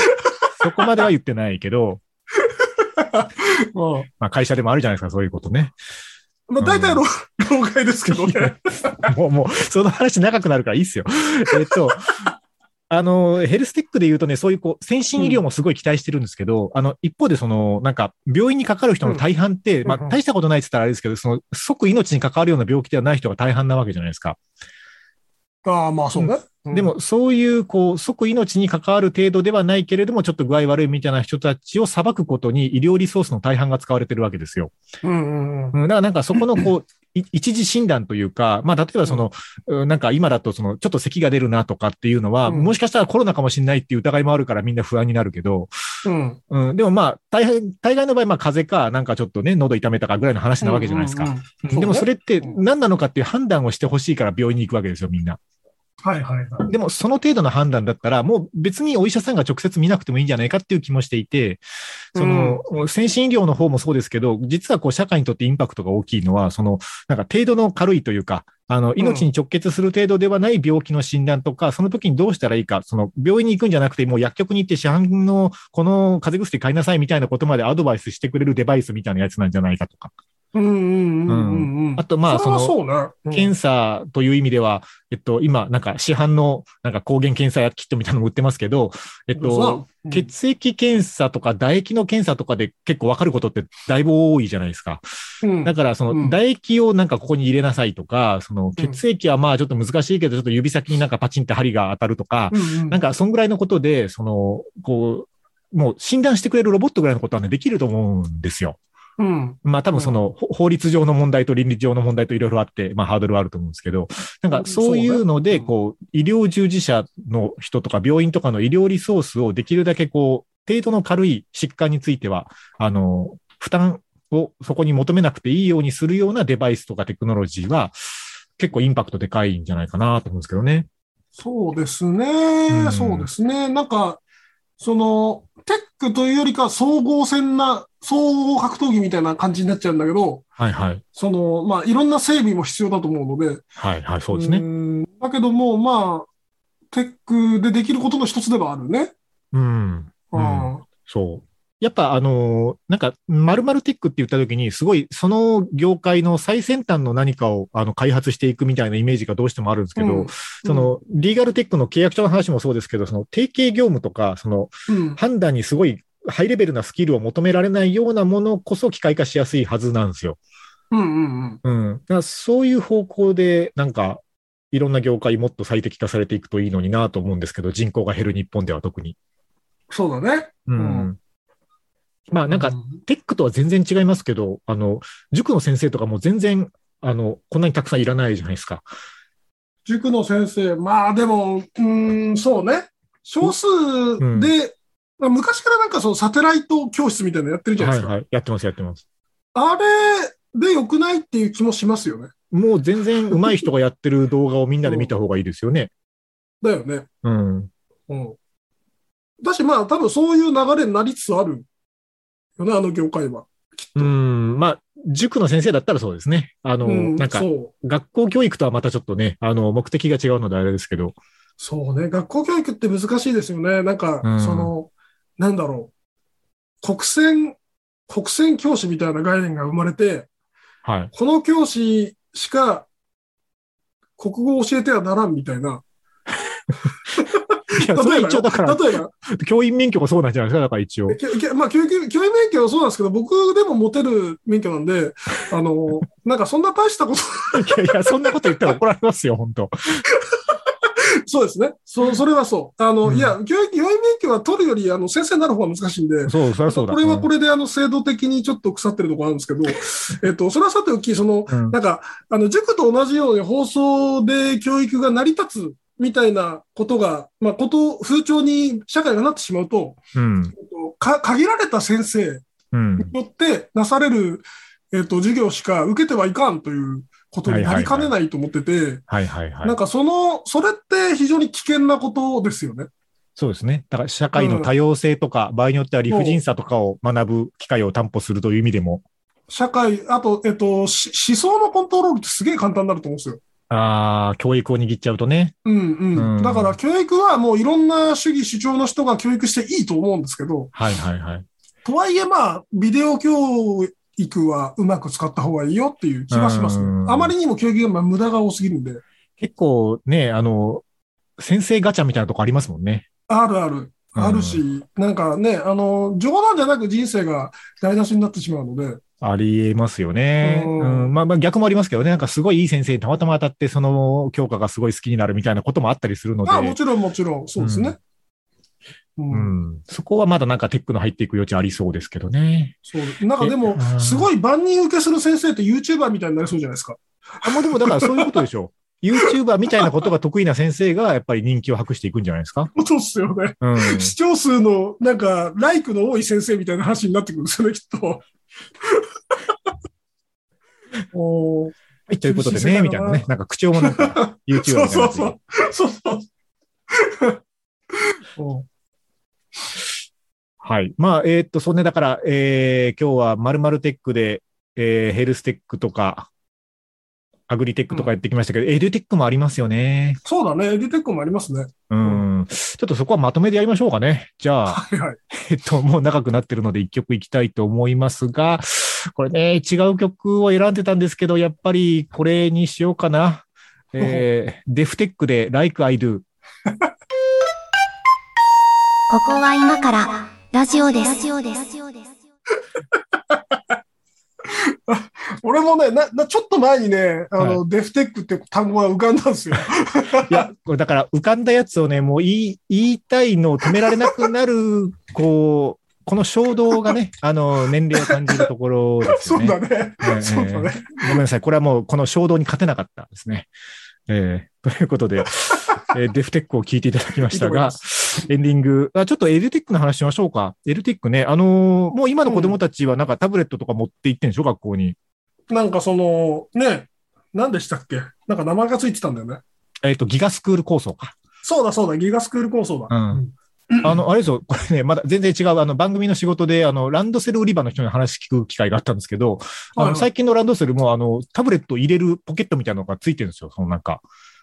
Speaker 2: そこまでは言ってないけど、
Speaker 3: う
Speaker 2: まあ、会社でもあるじゃないですか、そういうことね。
Speaker 3: ん。まあ大体老老害ですけどね。
Speaker 2: もう、もう、その話長くなるからいいっすよ。えっと、あの、ヘルステックで言うとね、そういうこう、先進医療もすごい期待してるんですけど、あの、一方でその、なんか、病院にかかる人の大半って、
Speaker 3: うん
Speaker 2: まあ
Speaker 3: うんう、ん
Speaker 2: 大したことないって言ったらあれですけど、その、即命に関わるような病気ではない人が大半なわけじゃないですか。
Speaker 3: ああ、まあそうね。うん
Speaker 2: で、も、そういう、こう、即命に関わる程度ではないけれども、ちょっと具合悪いみたいな人たちを裁くことに、医療リソースの大半が使われてるわけですよ。
Speaker 3: うんうんうん。
Speaker 2: うん、だからなんかそこのこう、 い一時診断というか、まあ、例えばその、うんなんか今だとその、ちょっと咳が出るなとかっていうのは、
Speaker 3: うん
Speaker 2: もしかしたらコロナかもしれないっていう疑いもあるからみんな不安になるけど、
Speaker 3: うん。
Speaker 2: うん、でもまあ、大変、大概の場合、まあ、風邪か、なんかちょっとね、喉痛めたかぐらいの話なわけじゃないですか。
Speaker 3: うんうんうん。
Speaker 2: でもそ
Speaker 3: れ。
Speaker 2: れって
Speaker 3: うん
Speaker 2: 何なのかっていう判断をしてほしいから病院に行くわけですよ、みんな。
Speaker 3: はいはいはい。
Speaker 2: でもその程度の判断だったら、もう別にお医者さんが直接見なくてもいいんじゃないかっていう気もしていて、その、先進医療の方もそうですけど、実はこう社会にとってインパクトが大きいのは、その、なんか程度の軽いというか、あの、命に直結する程度ではない病気の診断とか、その時にどうしたらいいか、その、病院に行くんじゃなくて、もう薬局に行って市販のこの風邪薬買いなさいみたいなことまでアドバイスしてくれるデバイスみたいなやつなんじゃないかとか。
Speaker 3: うんうんうんうんうん。
Speaker 2: あと、まあ、
Speaker 3: そ
Speaker 2: そ
Speaker 3: れは
Speaker 2: の、
Speaker 3: そうね。うん
Speaker 2: 検査という意味では、えっと、今、なんか市販のなんか抗原検査キットみたいなのも売ってますけど、えっと、、
Speaker 3: うん
Speaker 2: 血液検査とか唾液の検査とかで結構わかることってだいぶ多いじゃないですか。
Speaker 3: うん
Speaker 2: だから、そうの
Speaker 3: ん
Speaker 2: 唾液をなんかここに入れなさいとか、その
Speaker 3: うん
Speaker 2: 血液はまあちょっと難しいけど、ちょっと指先になんかパチンって針が当たるとか、
Speaker 3: うんうん
Speaker 2: なんかそんぐらいのことで、その、こう、もう診断してくれるロボットぐらいのことはね、できると思うんですよ。
Speaker 3: うん。
Speaker 2: まあ多分そのほ法律上の問題と倫理上の問題といろいろあって、まあハードルはあると思うんですけど、なんかそういうの
Speaker 3: そう
Speaker 2: で、
Speaker 3: ねうん
Speaker 2: こう、医療従事者の人とか病院とかの医療リソースをできるだけこう、程度の軽い疾患については、あの、負担をそこに求めなくていいようにするようなデバイスとかテクノロジーは、結構インパクトでかいんじゃないかなと思うんですけどね。
Speaker 3: そうです
Speaker 2: う
Speaker 3: ね、
Speaker 2: ん
Speaker 3: そうですね。なんか、その、テックというよりか、総合戦な、総合格闘技みたいな感じになっちゃうんだけど、
Speaker 2: はいはい。
Speaker 3: その、まあ、いろんな整備も必要だと思うので、
Speaker 2: はいはい、そうですね。
Speaker 3: んだけども、まあ、テックでできることの一つではあるね。
Speaker 2: うん。うん
Speaker 3: あ
Speaker 2: そう。やっぱあのーなんか、まるまるテックって言った時に、すごい、その業界の最先端の何かをあの開発していくみたいなイメージがどうしてもあるんですけど、
Speaker 3: うん
Speaker 2: その、リーガルテックの契約書の話もそうですけど、その、提携業務とか、その、
Speaker 3: うん、
Speaker 2: 判断にすごい、ハイレベルなスキルを求められないようなものこそ機械化しやすいはずなんですよ。
Speaker 3: うん、うん、うん。
Speaker 2: うん。だからそういう方向で、なんか、いろんな業界もっと最適化されていくといいのになと思うんですけど、人口が減る日本では特に。
Speaker 3: そうだね。
Speaker 2: うん。
Speaker 3: う
Speaker 2: まあ、なんか
Speaker 3: う、
Speaker 2: テックとは全然違いますけど、あの、塾の先生とかも全然、あの、こんなにたくさんいらないじゃないですか。
Speaker 3: 塾の先生、まあでも、うーん、そうね。少数
Speaker 2: ん
Speaker 3: で、まあ昔からなんかそのサテライト教室みたいなのやってるじゃな
Speaker 2: はいい
Speaker 3: ですか。
Speaker 2: はい。やってます、やってます。
Speaker 3: あれで良くないっていう気もしますよね。
Speaker 2: もう全然上手い人がやってる動画をみんなで見た方がいいですよね。
Speaker 3: だよね。
Speaker 2: うん。
Speaker 3: うん。だしまあ多分そういう流れになりつつあるよね、あの業界は。
Speaker 2: うん。まあ、塾の先生だったらそうですね。あの、
Speaker 3: うん、
Speaker 2: なんか
Speaker 3: そ、う
Speaker 2: 学校教育とはまたちょっとね、あの、目的が違うのであれですけど。
Speaker 3: そうね、学校教育って難しいですよね。なんか、
Speaker 2: うん
Speaker 3: その、なんだろう、国選、国選教師みたいな概念が生まれて、
Speaker 2: はい。
Speaker 3: この教師しか国語を教えてはならんみたいな。
Speaker 2: いや、それは一応だから、
Speaker 3: 例えばよ、
Speaker 2: 教員免許もそうなんじゃないですか、だから一応。
Speaker 3: 例えばききまあ、教育、教員免許はそうなんですけど、僕でも持てる免許なんで、あの、なんかそんな大したこと、
Speaker 2: いやいや、そんなこと言ったら怒られますよ、本当
Speaker 3: そうですね。そ、それはそう。あの、
Speaker 2: うん
Speaker 3: いや、教育、教員免許は取るより、あの、先生になる方が難しいんで、
Speaker 2: そう、そりゃそうだ。
Speaker 3: これはこれで、あの、制度的にちょっと腐ってるところなんですけど、えっと、それはさておき、その、
Speaker 2: うん
Speaker 3: なんか、あの、塾と同じように放送で教育が成り立つみたいなことが、まあ、こと、風潮に社会がなってしまうと、
Speaker 2: うん。
Speaker 3: えっとか、限られた先生
Speaker 2: うん。
Speaker 3: によってなされる、えっと、授業しか受けてはいかんということになりかねないと思ってて、
Speaker 2: はいはいは
Speaker 3: ないん。かその、それって非常に危険なことですよね。
Speaker 2: そうですね。だから社会の多様性とか、場合によっては理不尽さとかを学ぶ機会を担保するという意味でも。
Speaker 3: 社会、あと、えっと、し思想のコントロールってすげえ簡単になると思うんですよ。
Speaker 2: ああ、教育を握っちゃうとね。
Speaker 3: うんうん。
Speaker 2: うん
Speaker 3: だから教育はもういろんな主義主張の人が教育していいと思うんですけど、
Speaker 2: はいはいはい。
Speaker 3: とはいえまあ、ビデオ教育はうまく使った方がいいよっていう気はしますね
Speaker 2: う。ん
Speaker 3: あまりにも教育がまあ無駄が多すぎるんで。
Speaker 2: 結構ね、あの、先生ガチャみたいなとこありますもんね。
Speaker 3: あるある。
Speaker 2: うん
Speaker 3: あるし、なんかね、あの、冗談じゃなく人生が台無しになってしまうので、
Speaker 2: ありえますよね。
Speaker 3: う
Speaker 2: うんん、まあまあ逆もありますけどね。なんかすごいいい先生にたまたま当たって、その教科がすごい好きになるみたいなこともあったりするので。
Speaker 3: まあもちろんもちろん、そうですね。うん
Speaker 2: うん。そこはまだなんかテックの入っていく余地ありそうですけどね。
Speaker 3: そうなんかでも
Speaker 2: えう、ん
Speaker 3: すごい万人受けする先生って YouTuber みたいになりそうじゃないですか。
Speaker 2: あ、もうでもだからそういうことでし ょう。YouTuber みたいなことが得意な先生がやっぱり人気を博していくんじゃないですか。
Speaker 3: そうっすよね。
Speaker 2: うん。
Speaker 3: 視聴数の、なんか、ライクの多い先生みたいな話になってくる んですよね、きっと。おー
Speaker 2: はい、ということで
Speaker 3: 厳しい世
Speaker 2: ね、み
Speaker 3: 界だな
Speaker 2: たいなね。なんか口調もなんか YouTuber みたい
Speaker 3: そう
Speaker 2: な。
Speaker 3: そうそう。そう そう。おー
Speaker 2: はい。まあ、えーっと、そんでだから、えー、今日はまるまるテックで、えー、ヘルステックとか、アグリテックとかやってきましたけど、エデュテックもありますよね。
Speaker 3: そうだね、エディテックもありますね。
Speaker 2: うん。ちょっとそこはまとめでやりましょうかね。じゃあ、
Speaker 3: はいはい。
Speaker 2: えっと、もう長くなってるので一曲いきたいと思いますが、これね、違う曲を選んでたんですけど、やっぱりこれにしようかな。えー、デフテックで Like I Do。
Speaker 1: ここは今からラジオです。ラジオです。
Speaker 3: 俺もね、な、な、ちょっと前にね、あの、デフテックって単語が浮かんだんですよ。
Speaker 2: いや、これだから浮かんだやつをね、もう言い、言いたいのを止められなくなる、こう、この衝動が ね、あの、年齢を感じるところですよ
Speaker 3: そう
Speaker 2: ね。
Speaker 3: だね。
Speaker 2: ええ
Speaker 3: そうだね。
Speaker 2: ごめんなさい。これはもう、この衝動に勝てなかったですね。えーということで、えーデフテックを聞いていただきました
Speaker 3: いいと思い
Speaker 2: が、エンディング、あちょっとエルテックの話しましょうか。エルテックね、あのーもう今の子供たちはなんかタブレットとか持って行ってんでしょ、学校に。
Speaker 3: なんかその、ね、何でしたっけなんか名前がついてたんだよね。
Speaker 2: えっ、と、ギガスクール構想か。
Speaker 3: そうだそうだ、ギガスクール構想だ。
Speaker 2: うん
Speaker 3: うん
Speaker 2: あの、あれですよ、これね、まだ全然違う、あの、番組の仕事で、あの、ランドセル売り場の人に話聞く機会があったんですけど、あ
Speaker 3: はい
Speaker 2: の、
Speaker 3: はい
Speaker 2: 最近のランドセルも、あの、タブレット入れるポケットみたいなのがついてるんですよ、そのなんか、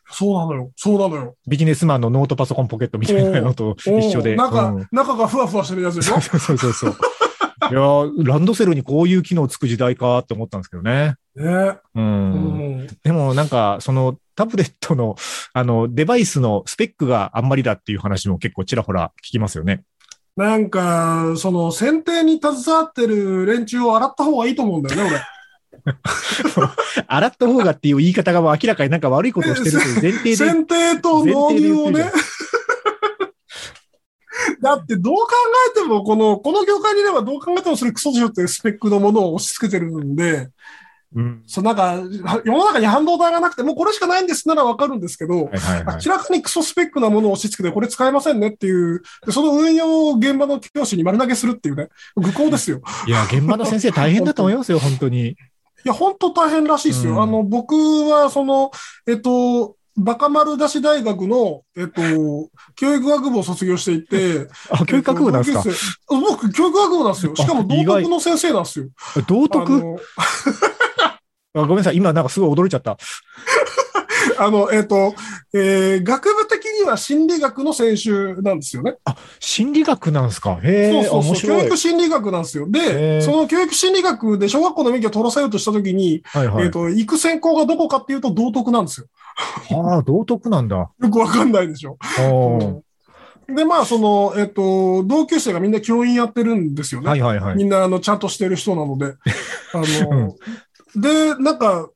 Speaker 3: そうなのよ。そうなのよ。
Speaker 2: ビジネスマンのノートパソコンポケットみたいなのと
Speaker 3: おー
Speaker 2: 一緒で。
Speaker 3: 中、
Speaker 2: うん
Speaker 3: 中がふわふわしてるやつでしょ
Speaker 2: そうそうそう そう。いやーランドセルにこういう機能つく時代かって思ったんですけどね。
Speaker 3: ね、
Speaker 2: うん。
Speaker 3: うん、
Speaker 2: でもなんか、そのタブレットの、 あの、デバイスのスペックがあんまりだっていう話も結構ちらほら聞きますよね。
Speaker 3: なんか、その、選定に携わってる連中を洗った方がいいと思うんだよね、
Speaker 2: 洗った方がっていう言い方がもう明らかになんか悪いことをしてるという前提 で。
Speaker 3: 俺。選定と納入をね。だって、どう考えても、この、この業界にいればどう考えてもそれクソでしょっていうスペックのものを押し付けてるんで、
Speaker 2: うん。
Speaker 3: そうなんか、世の中に半導体がなくて、もうこれしかないんですならわかるんですけど、
Speaker 2: はいはいはい。
Speaker 3: 明らかにクソスペックなものを押し付けて、これ使えませんねっていう、でその運用を現場の教師に丸投げするっていうね、愚行ですよ。
Speaker 2: いや、現場の先生大変だと思います よ、本当に。
Speaker 3: いや、本当大変らしいですよ。
Speaker 2: うん
Speaker 3: あの、僕は、その、えっと、バカ丸出し大学の、えっと、教育学部を卒業していて、
Speaker 2: あ、教育学部なんですか
Speaker 3: えっと同級生僕、教育学部なんですよ。しかも、
Speaker 2: あ意
Speaker 3: 道
Speaker 2: 外
Speaker 3: 徳の先生なんですよ。
Speaker 2: 道
Speaker 3: あ
Speaker 2: 徳
Speaker 3: の
Speaker 2: あごめんなさい。今なんかすごい驚いちゃった。
Speaker 3: あの、えっ、と、えー学部的には心理学の専修なんですよね。
Speaker 2: 心理学なんですかへえ、
Speaker 3: そうそう
Speaker 2: 面
Speaker 3: そう。教
Speaker 2: 白い。
Speaker 3: 育心理学なんですよ。
Speaker 2: へー
Speaker 3: で、その教育心理学で小学校の免許を取らせようとしたときに、
Speaker 2: はいはい。
Speaker 3: えっ、と、行く専攻がどこかっていうと道徳なんですよ。
Speaker 2: ああ、道徳なんだ。
Speaker 3: よくわかんないでしょ。
Speaker 2: おー
Speaker 3: で、まあ、その、えっ、と、同級生がみんな教員やってるんですよね。
Speaker 2: はいはいはい。
Speaker 3: みんな、あの、ちゃんとしてる人な ので。あの、で、なんか、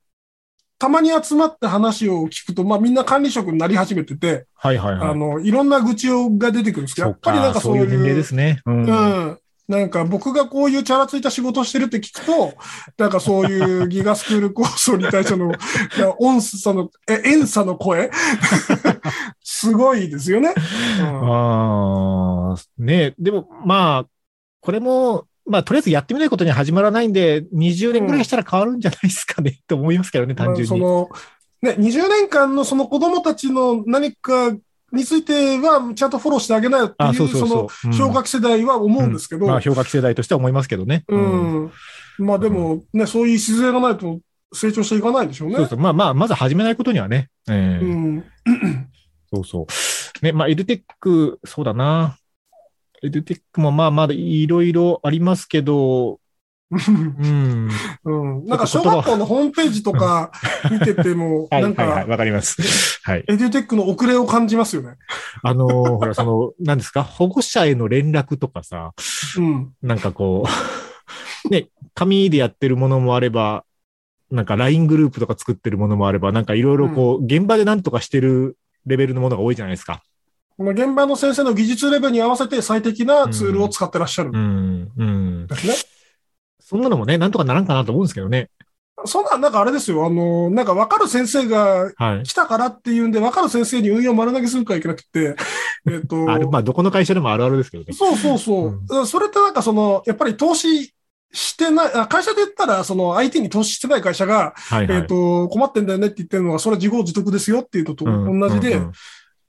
Speaker 3: たまに集まって話を聞くと、まあ、みんな管理職になり始めてて、
Speaker 2: はいはい
Speaker 3: あ
Speaker 2: はい。
Speaker 3: の、いろんな愚痴が出てくるんですけど、
Speaker 2: そ
Speaker 3: や
Speaker 2: う
Speaker 3: っぱりなん
Speaker 2: か、
Speaker 3: か
Speaker 2: そ
Speaker 3: そう
Speaker 2: う
Speaker 3: い
Speaker 2: いう
Speaker 3: う、
Speaker 2: 年齢ですね。うん。
Speaker 3: う
Speaker 2: は
Speaker 3: ん。なんか僕がこういうチャラついた仕事をしてるって聞くと、なんかそういうギガスクール構想に対して の、いや音差の、え、遠差の声 すごいですよね。うん
Speaker 2: ああ、ねえでもまあ、これも、まあ、とりあえずやってみないことには始まらないんで、20年ぐらいしたら変わるんじゃないですかね、 と思いますけどね、単純
Speaker 3: そ
Speaker 2: に。
Speaker 3: の、ね、20年間のその子供たちの何かについては、ちゃんとフォローしてあげなよってい
Speaker 2: あ
Speaker 3: う、
Speaker 2: そうそうそう
Speaker 3: そ。の、氷河期世代は思うんですけ
Speaker 2: うん
Speaker 3: ど、
Speaker 2: まあ、氷河期世代としては思いますけどね。
Speaker 3: うん。まあでも、ね、そういう礎がないと成長していかないでしょうね。
Speaker 2: そうそう。まあまあ、まず始めないことにはね。ええ
Speaker 3: うん。
Speaker 2: そうそう。ね、まあ、エルテック、そうだな。エルテックもまあまだいろいろありますけど、 うん。
Speaker 3: うん。なんか小学校のホームページとか見てても、
Speaker 2: はいは
Speaker 3: な
Speaker 2: い
Speaker 3: ん
Speaker 2: はい、
Speaker 3: か、
Speaker 2: わかります。はい。
Speaker 3: エデュテックの遅れを感じますよね。
Speaker 2: あのーほら、その、何ですか、保護者への連絡とかさ、
Speaker 3: うん。
Speaker 2: なんかこう、 ね、紙でやってるものもあれば、なんか LINE グループとか作ってるものもあれば、なんかいろいろこう、現場で何とかしてるレベルのものが多いじゃないですか。
Speaker 3: この現場の先生の技術レベルに合わせて最適なツールを使ってらっしゃるん
Speaker 2: うん、うん。
Speaker 3: ですね。
Speaker 2: そんなのもね、なんとかならんかなと思うんですけどね。
Speaker 3: そんな、なんかあれですよ。あの、なんか分かる先生が
Speaker 2: はい。
Speaker 3: 来たからっていうんで、分かる先生に運用丸投げするからいけなく て、えっと、
Speaker 2: あれ、まあ、どこの会社でもあるあるですけどね。
Speaker 3: そうそうそう。
Speaker 2: うん
Speaker 3: だからそれってなんかその、やっぱり投資してない、あ会社で言ったら、その IT に投資してない会社が、
Speaker 2: はいはい。
Speaker 3: えっ、と、困ってんだよねって言ってるのは、それは自業自得ですよっていうのと
Speaker 2: うん
Speaker 3: 同じで、
Speaker 2: うんうん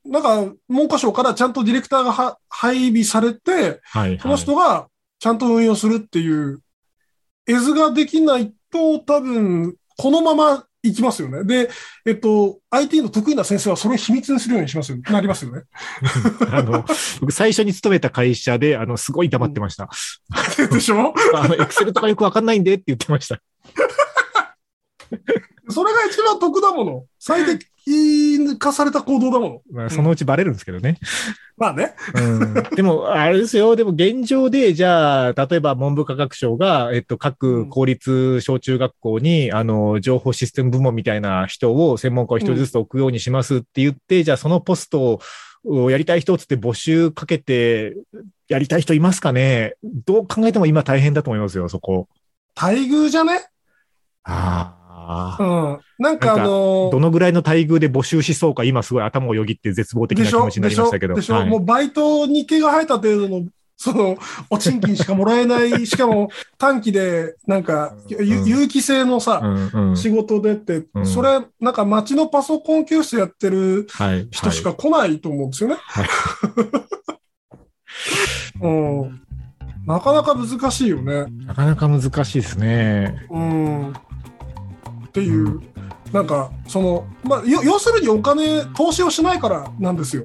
Speaker 3: なんか文科省からちゃんとディレクターがは配備されて、
Speaker 2: はい。
Speaker 3: その人がちゃんと運用するっていう、絵図ができないと多分、このままいきますよね。で、えっと、IT の得意な先生はそれを秘密にするようにしますよね。 なります よね。
Speaker 2: あの、僕最初に勤めた会社で、あの、すごい黙ってました。
Speaker 3: でしょ
Speaker 2: あの、エクセルとかよくわかんないんでって言ってました。
Speaker 3: それが一番得だもの。最適化された行動だもの。
Speaker 2: まあ、そのうちバレるんですけどね。
Speaker 3: まあね。
Speaker 2: うん、でも、あれですよ。でも現状で、じゃあ、例えば文部科学省が、えっと、各公立小中学校に、あの、情報システム部門みたいな人を、専門家を一人ずつ置くようにしますって言って、じゃあ、そのポストをやりたい人っつって募集かけて、やりたい人いますかねどう考えても今大変だと思いますよ、そこ。
Speaker 3: 待遇じゃね
Speaker 2: あ
Speaker 3: う
Speaker 2: あ。
Speaker 3: ん。なんかあの
Speaker 2: どのぐらいの待遇で募集しそうか、今すごい頭をよぎって絶望的
Speaker 3: で
Speaker 2: な
Speaker 3: し
Speaker 2: 気
Speaker 3: ょ
Speaker 2: 持ちになりましたけど。
Speaker 3: でしょ、
Speaker 2: はい
Speaker 3: もうバイトに毛が生えた程度の、その、お賃金しかもらえない、しかも短期で、なんか、
Speaker 2: うん
Speaker 3: ゆ有機性のさ、
Speaker 2: うんうん
Speaker 3: 仕事でって、
Speaker 2: うん
Speaker 3: それ、なんか街のパソコン教室やってる
Speaker 2: はい
Speaker 3: 人しか来ないと思うんですよね。
Speaker 2: はい
Speaker 3: うん。なかなか難しいよね。
Speaker 2: なかなか難しいですね。
Speaker 3: うんっていう、なんかその、まあ、よ要するにお金投資をしないからなんですよ。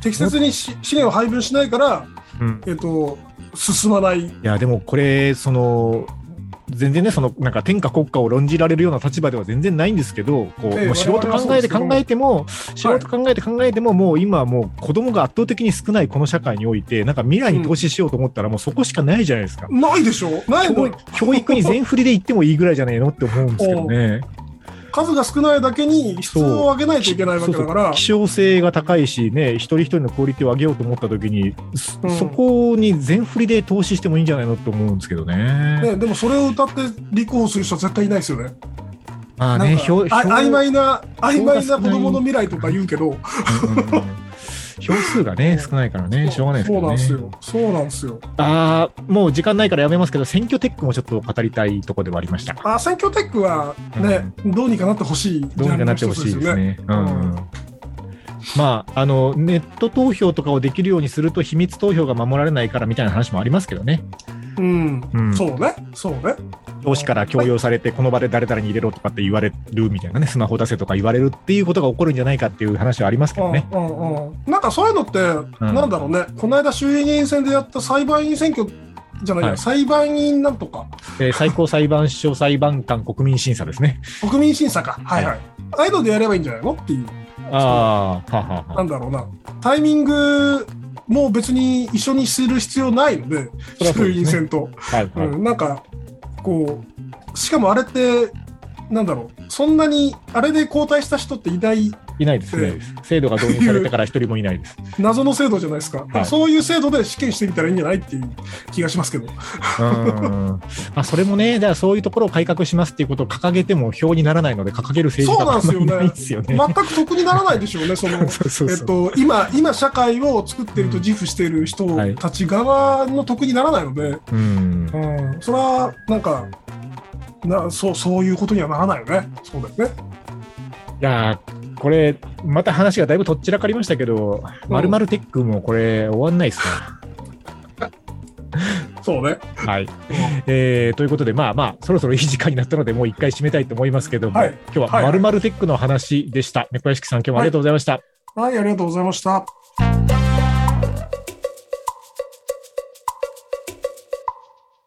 Speaker 3: 適切にし資源を配分しないから、
Speaker 2: うん、
Speaker 3: えっと、進まない。
Speaker 2: いやでもこれその全然ねそのなんか天下国家を論じられるような立場では全然ないんですけどこう、
Speaker 3: ええ
Speaker 2: もう素人
Speaker 3: 我々は
Speaker 2: 考
Speaker 3: そう
Speaker 2: えて
Speaker 3: ですけど
Speaker 2: 考えても素人考えて考えてももう今はもう子供が圧倒的に少ないこの社会においてなんか未来に投資しようと思ったらもうそこしかないじゃないですか。
Speaker 3: ないでしょない
Speaker 2: 教
Speaker 3: の
Speaker 2: 育教育に全振りで行ってもいいぐらいじゃねえのって思うんですけどね。
Speaker 3: 数が少ないだけに質を上げないといけないわけだから、
Speaker 2: 希少性が高いしね、一人一人のクオリティを上げようと思ったときに、そ
Speaker 3: うん
Speaker 2: そこに全振りで投資してもいいんじゃないのと思うんですけどね。
Speaker 3: ね、でもそれを歌って立候補する人は絶対いないですよね。
Speaker 2: まあ
Speaker 3: なん
Speaker 2: ね、
Speaker 3: かあ曖昧な、曖昧な
Speaker 2: 少
Speaker 3: 子
Speaker 2: ない
Speaker 3: 供の未来とか言うけど、
Speaker 2: うんうんうん票数が ね、少ないからね、しょうがないです
Speaker 3: そ
Speaker 2: け
Speaker 3: う
Speaker 2: ど
Speaker 3: な
Speaker 2: ね。
Speaker 3: んですよ。そうなんですよ。
Speaker 2: ああ、もう時間ないからやめますけど、選挙テックもちょっと語りたいとこではありました。
Speaker 3: あ、選挙テックはね、どうにかなってほしい。
Speaker 2: どうにかなってほしいです。ね。う
Speaker 3: ャンルの一つで
Speaker 2: ん。
Speaker 3: すよね
Speaker 2: まあ、あの、ネット投票とかをできるようにすると、秘密投票が守られないからみたいな話もありますけどね。
Speaker 3: うん。
Speaker 2: うん
Speaker 3: そうね。そうね。
Speaker 2: 上司から強要されて、この場で誰々に入れろとかって言われるみたいなね、スマホ出せとか言われるっていうことが起こるんじゃないかっていう話はありますけ
Speaker 3: う
Speaker 2: ど
Speaker 3: ん
Speaker 2: ね。
Speaker 3: うんうん。なんかそういうのって、なんだろうね。この間衆議院選でやった裁判員選挙じゃないや、
Speaker 2: はい
Speaker 3: 裁判員なんとか、
Speaker 2: えー最高裁判所裁判官国民審査ですね。
Speaker 3: 国民審査か。はいはい。ああいうのでやればいいんじゃないのっていう。
Speaker 2: ああ、はあはあ
Speaker 3: な
Speaker 2: はあ。
Speaker 3: んだろうな、タイミングも別に一緒にする必要ないので、
Speaker 2: そりゃそう
Speaker 3: 衆
Speaker 2: ですね
Speaker 3: 院選と、
Speaker 2: はいは
Speaker 3: う
Speaker 2: い。
Speaker 3: ん。なんか、こう、しかもあれって、なんだろう、そんなに、あれで交代した人っていない
Speaker 2: いないです、いないです。制度が導入されてから一人もいない です。
Speaker 3: 謎の制度じゃないですか、
Speaker 2: はい
Speaker 3: そういう制度で試験してみたらいいんじゃないっていう気がします けど、
Speaker 2: うんまあ、それもね、だからそういうところを改革しますっていうことを掲げても票にならないので、掲げる政治家があんまりいないんですよね。
Speaker 3: 全く得にならないでしょうね、その。
Speaker 2: そうそう
Speaker 3: え
Speaker 2: そう
Speaker 3: っと、今、今社会を作ってると自負している人
Speaker 2: はい
Speaker 3: たち側の得にならないので、
Speaker 2: うん
Speaker 3: うん、それはなんかなそうそういうことにはならないよね。そうだよね。
Speaker 2: いやーこれ、また話がだいぶとっちらかりましたけど、
Speaker 3: うん
Speaker 2: まるまるテックもこれ、終わんないですね。
Speaker 3: そうね。
Speaker 2: はいえーということで、まあまあ、そろそろいい時間になったので、もう一回締めたいと思いますけども、
Speaker 3: はい
Speaker 2: 今日はまるまるテックの話でした。猫屋敷さん、今日もありがとうございました。
Speaker 3: はい、ありがとうございました。